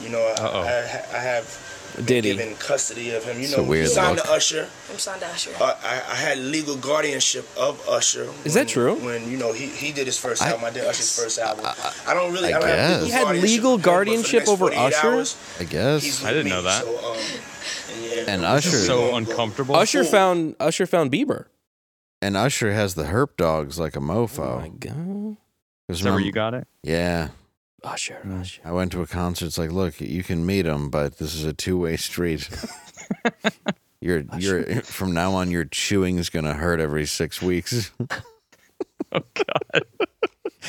Speaker 7: you know, I,
Speaker 2: Uh-oh.
Speaker 7: I, I have been
Speaker 2: Diddy.
Speaker 7: given custody of him. You
Speaker 2: It's
Speaker 7: know,
Speaker 2: a weird
Speaker 7: we signed
Speaker 2: look.
Speaker 7: to Usher.
Speaker 11: I'm signed to Usher.
Speaker 7: Uh, I, I had legal guardianship of Usher.
Speaker 2: Is that
Speaker 7: when-
Speaker 2: true?
Speaker 7: When you know he, he did his first
Speaker 1: I-
Speaker 7: album, I did Usher's first album. I, don't really. I,
Speaker 1: I
Speaker 7: don't have
Speaker 1: guess.
Speaker 7: legal
Speaker 1: He had
Speaker 7: guardianship
Speaker 2: legal
Speaker 7: of him, but for the next
Speaker 2: guardianship over
Speaker 7: 48
Speaker 2: Usher?
Speaker 7: hours,
Speaker 1: I guess.
Speaker 7: I didn't know
Speaker 1: that.
Speaker 7: So, um,
Speaker 1: And Usher.
Speaker 4: so uncomfortable.
Speaker 2: Usher found Usher found Bieber.
Speaker 1: And Usher has the herp dogs like a mofo.
Speaker 2: Oh God.
Speaker 1: Is
Speaker 4: that where you got it?
Speaker 1: Yeah.
Speaker 2: Usher,
Speaker 7: Mm.
Speaker 2: Usher.
Speaker 1: I went to a concert. It's like, look, you can meet him, but this is a two way street. you're, you're, from now on, your chewing's going to hurt every six weeks. [laughs]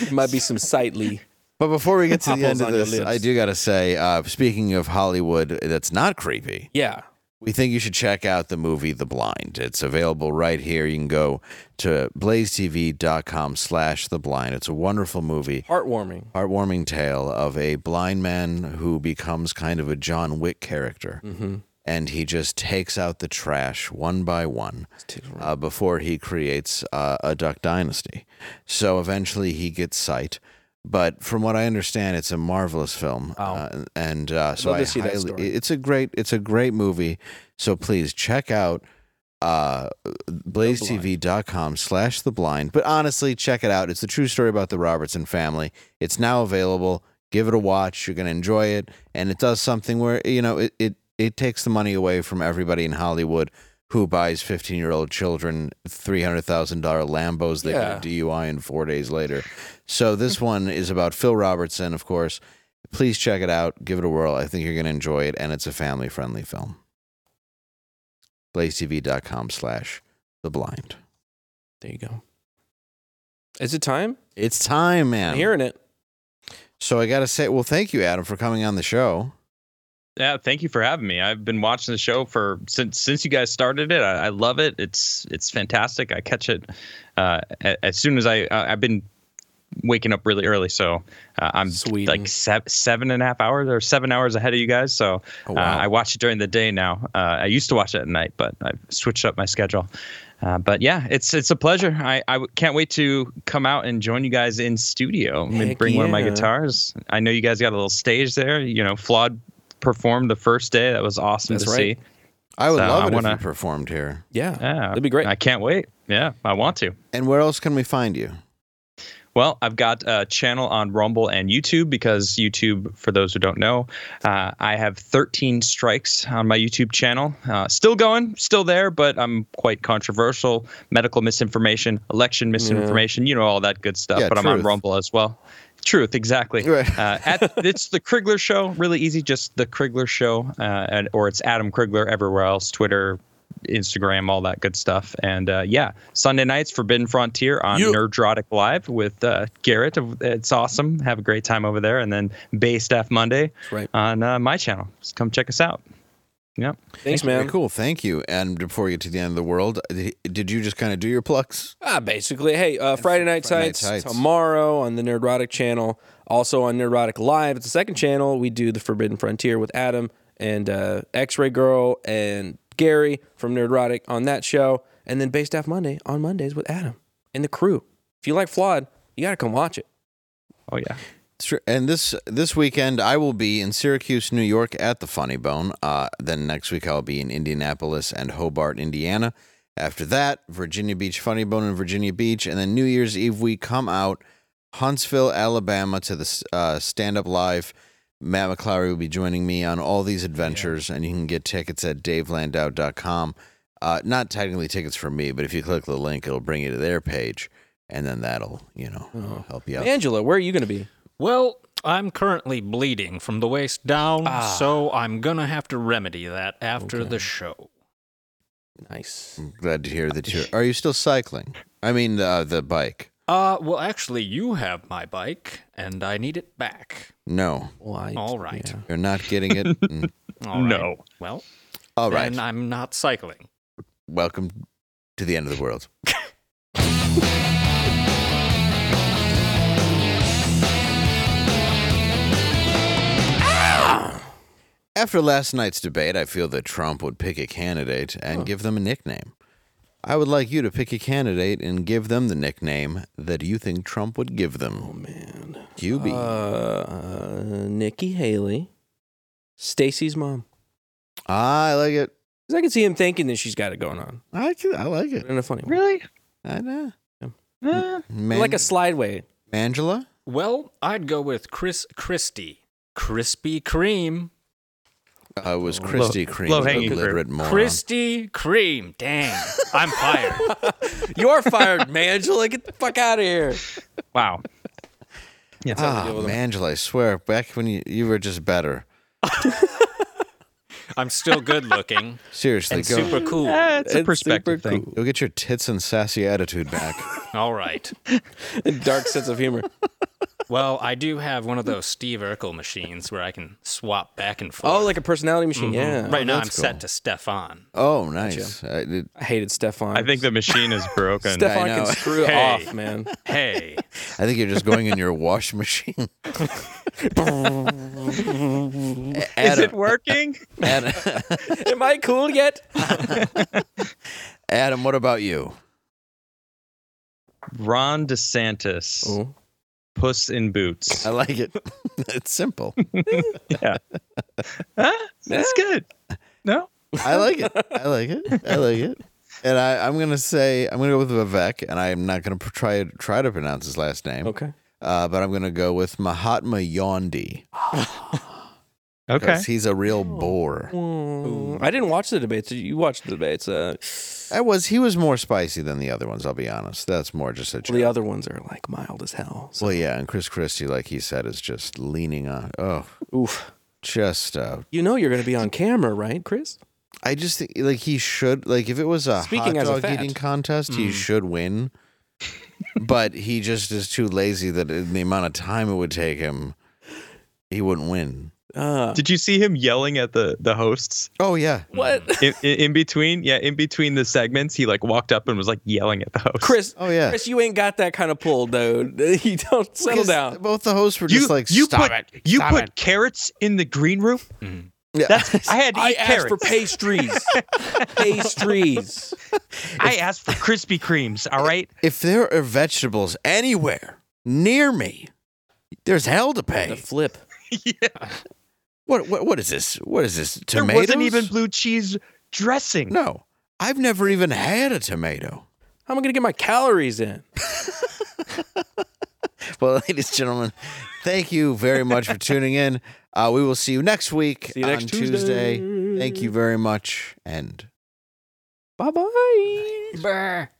Speaker 2: It might be some sightly.
Speaker 1: But before we get to the end
Speaker 2: Apples
Speaker 1: of
Speaker 2: on your
Speaker 1: this,
Speaker 2: lips.
Speaker 1: I do got to say, uh, speaking of Hollywood, that's not creepy.
Speaker 2: Yeah.
Speaker 1: We think you should check out the movie The Blind. It's available right here. You can go to blazetv.com slash The Blind. It's a wonderful movie.
Speaker 2: Heartwarming.
Speaker 1: Heartwarming tale of a blind man who becomes kind of a John Wick character.
Speaker 2: Mm-hmm.
Speaker 1: And he just takes out the trash one by one uh, before he creates uh, a Duck Dynasty. So eventually he gets sight. But from what I understand, it's a marvelous film. Uh, and uh, so
Speaker 2: Oh. love to
Speaker 1: I
Speaker 2: see that
Speaker 1: highly-
Speaker 2: story.
Speaker 1: it's a great it's a great movie. So please check out uh blazetv.com slash the blind but honestly check it out it's the true story about the robertson family it's now available give it a watch you're gonna enjoy it and it does something where you know it it, it takes the money away from everybody in hollywood who buys 15 year old children $300000 lambos they
Speaker 2: Yeah.
Speaker 1: get a dui in four days later so this one is about phil robertson of course please check it out give it a whirl i think you're gonna enjoy it and it's a family friendly film blazetv.com slash the blind.
Speaker 2: There you go. Is it time?
Speaker 1: It's time, man.
Speaker 2: I'm hearing it.
Speaker 1: So I got to say, well, thank you, Adam, for coming on the show.
Speaker 4: Yeah, thank you for having me. I've been watching the show for since since you guys started it. I, I love it. It's it's fantastic. I catch it uh, a- as soon as I I- I've been waking up really early, so uh, I'm like se- seven and a half hours or seven hours ahead of you guys. So
Speaker 1: Oh, wow.
Speaker 4: uh, I watch it during the day now. Uh, I used to watch it at night, but I've switched up my schedule. Uh, but yeah, it's it's a pleasure. I, I w- can't wait to come out and join you guys in studio and
Speaker 2: Heck
Speaker 4: bring one of my
Speaker 2: yeah.
Speaker 4: guitars. I know you guys got a little stage there. You know, Flawed performed the first day. That was awesome
Speaker 2: That's
Speaker 4: to
Speaker 2: right.
Speaker 4: see.
Speaker 1: I would
Speaker 4: So
Speaker 1: love
Speaker 4: Uh, I
Speaker 1: it
Speaker 4: wanna-
Speaker 1: if you performed here.
Speaker 2: Yeah.
Speaker 4: Yeah,
Speaker 2: That'd be great.
Speaker 4: I can't wait. Yeah, I want to.
Speaker 1: And where else can we find you?
Speaker 4: Well, I've got a channel on Rumble and YouTube because YouTube, for those who don't know, uh, I have 13 strikes on my YouTube channel. Uh, still going, still there, but I'm quite controversial. Medical misinformation, election misinformation, you know, all that good stuff.
Speaker 1: Yeah,
Speaker 4: but I'm on
Speaker 1: truth.
Speaker 4: Rumble as well. Truth, exactly.
Speaker 1: Right.
Speaker 4: Uh, at, it's the Krigler Show, really easy, just the Krigler Show, uh, and, or it's Adam Krigler everywhere else, Twitter, Instagram, all that good stuff. And uh, yeah, Sunday nights, Forbidden Frontier on
Speaker 2: You-
Speaker 4: Nerdrotic Live with uh, Garrett. It's awesome. Have a great time over there. And then Bay Staff Monday
Speaker 2: right.
Speaker 4: on uh, my channel. Just come check us out. Yep.
Speaker 2: Thanks, man.
Speaker 1: Very cool. Thank you. And before we get to the end of the world, did did you just kind of do your plugs?
Speaker 2: Ah, basically. Hey, uh, Friday Night
Speaker 1: Friday Night
Speaker 2: Sights
Speaker 1: Sights.
Speaker 2: tomorrow on the Nerdrotic channel. Also on Nerdrotic Live, it's the second channel. We do the Forbidden Frontier with Adam and uh, X Ray Girl and Gary from Nerdrotic on that show, and then Based Off Monday on Mondays with Adam and the crew. If you like Flawed, you gotta come watch it.
Speaker 4: Oh, yeah.
Speaker 1: Sure. And this this weekend, I will be in Syracuse, New York, at the Funny Bone. Uh, then next week, I'll be in Indianapolis and Hobart, Indiana. After that, Virginia Beach Funny Bone in Virginia Beach, and then New Year's Eve we come out Huntsville, Alabama, to the uh, stand up live. Matt McClary will be joining me on all these adventures, and you can get tickets at davelandow.com. Uh, not technically tickets for me, but if you click the link, it'll bring you to their page, and then that'll you know help you out.
Speaker 2: Angela, where are you gonna be?
Speaker 3: Well, I'm currently bleeding from the waist down,
Speaker 1: Ah.
Speaker 3: so I'm gonna have to remedy that after the show.
Speaker 2: Nice.
Speaker 1: Glad to hear that you're. Are you still cycling? I mean, uh, the bike.
Speaker 3: Uh, well, actually, you have my bike, and I need it back.
Speaker 1: No,
Speaker 2: Why?
Speaker 3: All right.
Speaker 1: you're not getting [laughs] it. Mm.
Speaker 3: All right.
Speaker 4: No.
Speaker 3: Well,
Speaker 1: All right.
Speaker 3: And I'm not cycling.
Speaker 1: Welcome to the end of the world. Ah! After last night's debate, I feel that Trump would pick a candidate and give them a nickname. I would like you to pick a candidate and give them the nickname that you think Trump would give them. Oh man, QB.
Speaker 2: Uh, Nikki Haley, Stacy's mom.
Speaker 1: Ah, I like it.
Speaker 2: Cause I can see him thinking that she's got it going on.
Speaker 1: I I like it
Speaker 2: in a funny way.
Speaker 4: Really?
Speaker 1: I know.
Speaker 2: like a slideway.
Speaker 1: Angela?
Speaker 3: Well, I'd go with Chris Christie. Krispy Kreme.
Speaker 1: I was Christy
Speaker 3: Low-
Speaker 1: Cream,
Speaker 3: low-hanging fruit.
Speaker 1: illiterate moron.
Speaker 3: Christy Cream. Dang.
Speaker 1: [laughs]
Speaker 3: I'm fired.
Speaker 2: You're fired, Mangela. Get the fuck out of here.
Speaker 4: Wow.
Speaker 1: Ah, Mangela, I swear, back when you, you were just better.
Speaker 3: I'm still good looking.
Speaker 1: Seriously,
Speaker 3: And
Speaker 1: go.
Speaker 3: super cool. Yeah, it's a perspective
Speaker 1: super
Speaker 3: thing.
Speaker 1: Go get your tits and sassy attitude back.
Speaker 3: All right.
Speaker 2: Dark sense of humor.
Speaker 3: Well, I do have one of those Steve Urkel machines where I can swap back and forth.
Speaker 2: Oh, like a personality machine.
Speaker 3: Mhm.
Speaker 2: Yeah.
Speaker 3: Right
Speaker 2: Oh,
Speaker 3: now, I'm
Speaker 2: that's cool.
Speaker 3: set to Stefan.
Speaker 1: oh, nice. I, did-
Speaker 2: I hated Stefan.
Speaker 4: I think the machine is broken.
Speaker 2: Stefan
Speaker 1: I
Speaker 2: can
Speaker 1: know.
Speaker 2: screw
Speaker 3: Hey.
Speaker 2: off, man.
Speaker 3: Hey.
Speaker 1: I think you're just going in your wash machine.
Speaker 4: Is
Speaker 1: Adam,
Speaker 4: it working?
Speaker 1: Adam,
Speaker 2: Am I cool yet?
Speaker 1: Adam, what about you?
Speaker 4: Ron DeSantis,
Speaker 2: Oh.
Speaker 4: Puss in Boots.
Speaker 1: I like it. [laughs] it's simple.
Speaker 4: Yeah, Huh? that's good. No,
Speaker 1: I like it. I like it. I like it. And I, I'm gonna say I'm gonna go with Vivek, and I'm not gonna pr- try try to pronounce his last name.
Speaker 2: Okay.
Speaker 1: Uh, but I'm gonna go with Mahatma Yondi.
Speaker 4: okay.
Speaker 1: He's a real bore.
Speaker 2: Mm. I didn't watch the debates. You watched the debates. Uh,
Speaker 1: I was he was more spicy than the other ones. I'll be honest. That's more just a joke.
Speaker 2: the other ones are like mild as hell. So,
Speaker 1: Well, yeah, and Chris Christie, like he said, is just leaning on. Oh,
Speaker 2: oof.
Speaker 1: just uh,
Speaker 2: You know you're going to be on camera, right, Chris?
Speaker 1: I just think like he should like if it was a
Speaker 2: Speaking
Speaker 1: hot
Speaker 2: as a
Speaker 1: dog
Speaker 2: fat.
Speaker 1: eating contest,
Speaker 4: Hmm.
Speaker 1: he should
Speaker 4: [laughs]
Speaker 1: win. but he just is too lazy that in the amount of time it would take him, he wouldn't win.
Speaker 2: Uh,
Speaker 4: Did you see him yelling at the the hosts
Speaker 1: Oh yeah,
Speaker 2: what?
Speaker 4: in, in, in between? Yeah, in between the segments, he like walked up and was like yelling at the hosts.
Speaker 2: Chris,
Speaker 1: Oh, yeah.
Speaker 2: Chris, you ain't got that kind of pull, dude. [laughs] You don't settle
Speaker 1: Because
Speaker 2: down.
Speaker 1: Both the hosts were just like,
Speaker 4: you
Speaker 1: "Stop
Speaker 4: put [laughs]
Speaker 1: it!"
Speaker 4: you
Speaker 3: Stop
Speaker 4: put
Speaker 3: it.
Speaker 4: carrots in the green room.
Speaker 1: Yeah.
Speaker 4: That's
Speaker 1: [laughs]
Speaker 4: I had to
Speaker 2: I
Speaker 4: eat
Speaker 2: asked
Speaker 4: carrots.
Speaker 2: for pastries. pastries.
Speaker 1: [laughs]
Speaker 4: I asked for Krispy Kremes. All right,
Speaker 1: if there are vegetables anywhere near me, there's hell to
Speaker 2: The
Speaker 1: pay.
Speaker 2: flip.
Speaker 1: What what what is this? What is this?
Speaker 4: there
Speaker 1: Tomatoes?
Speaker 4: wasn't even blue cheese dressing.
Speaker 1: No, I've never even had a tomato.
Speaker 2: How am I going to get my calories in?
Speaker 1: [laughs] Well, ladies and gentlemen, thank you very much for tuning in. Uh, we will see you next week
Speaker 2: See you next
Speaker 1: on Tuesday. Thank you very much, and.
Speaker 2: Bye bye.
Speaker 3: Brr.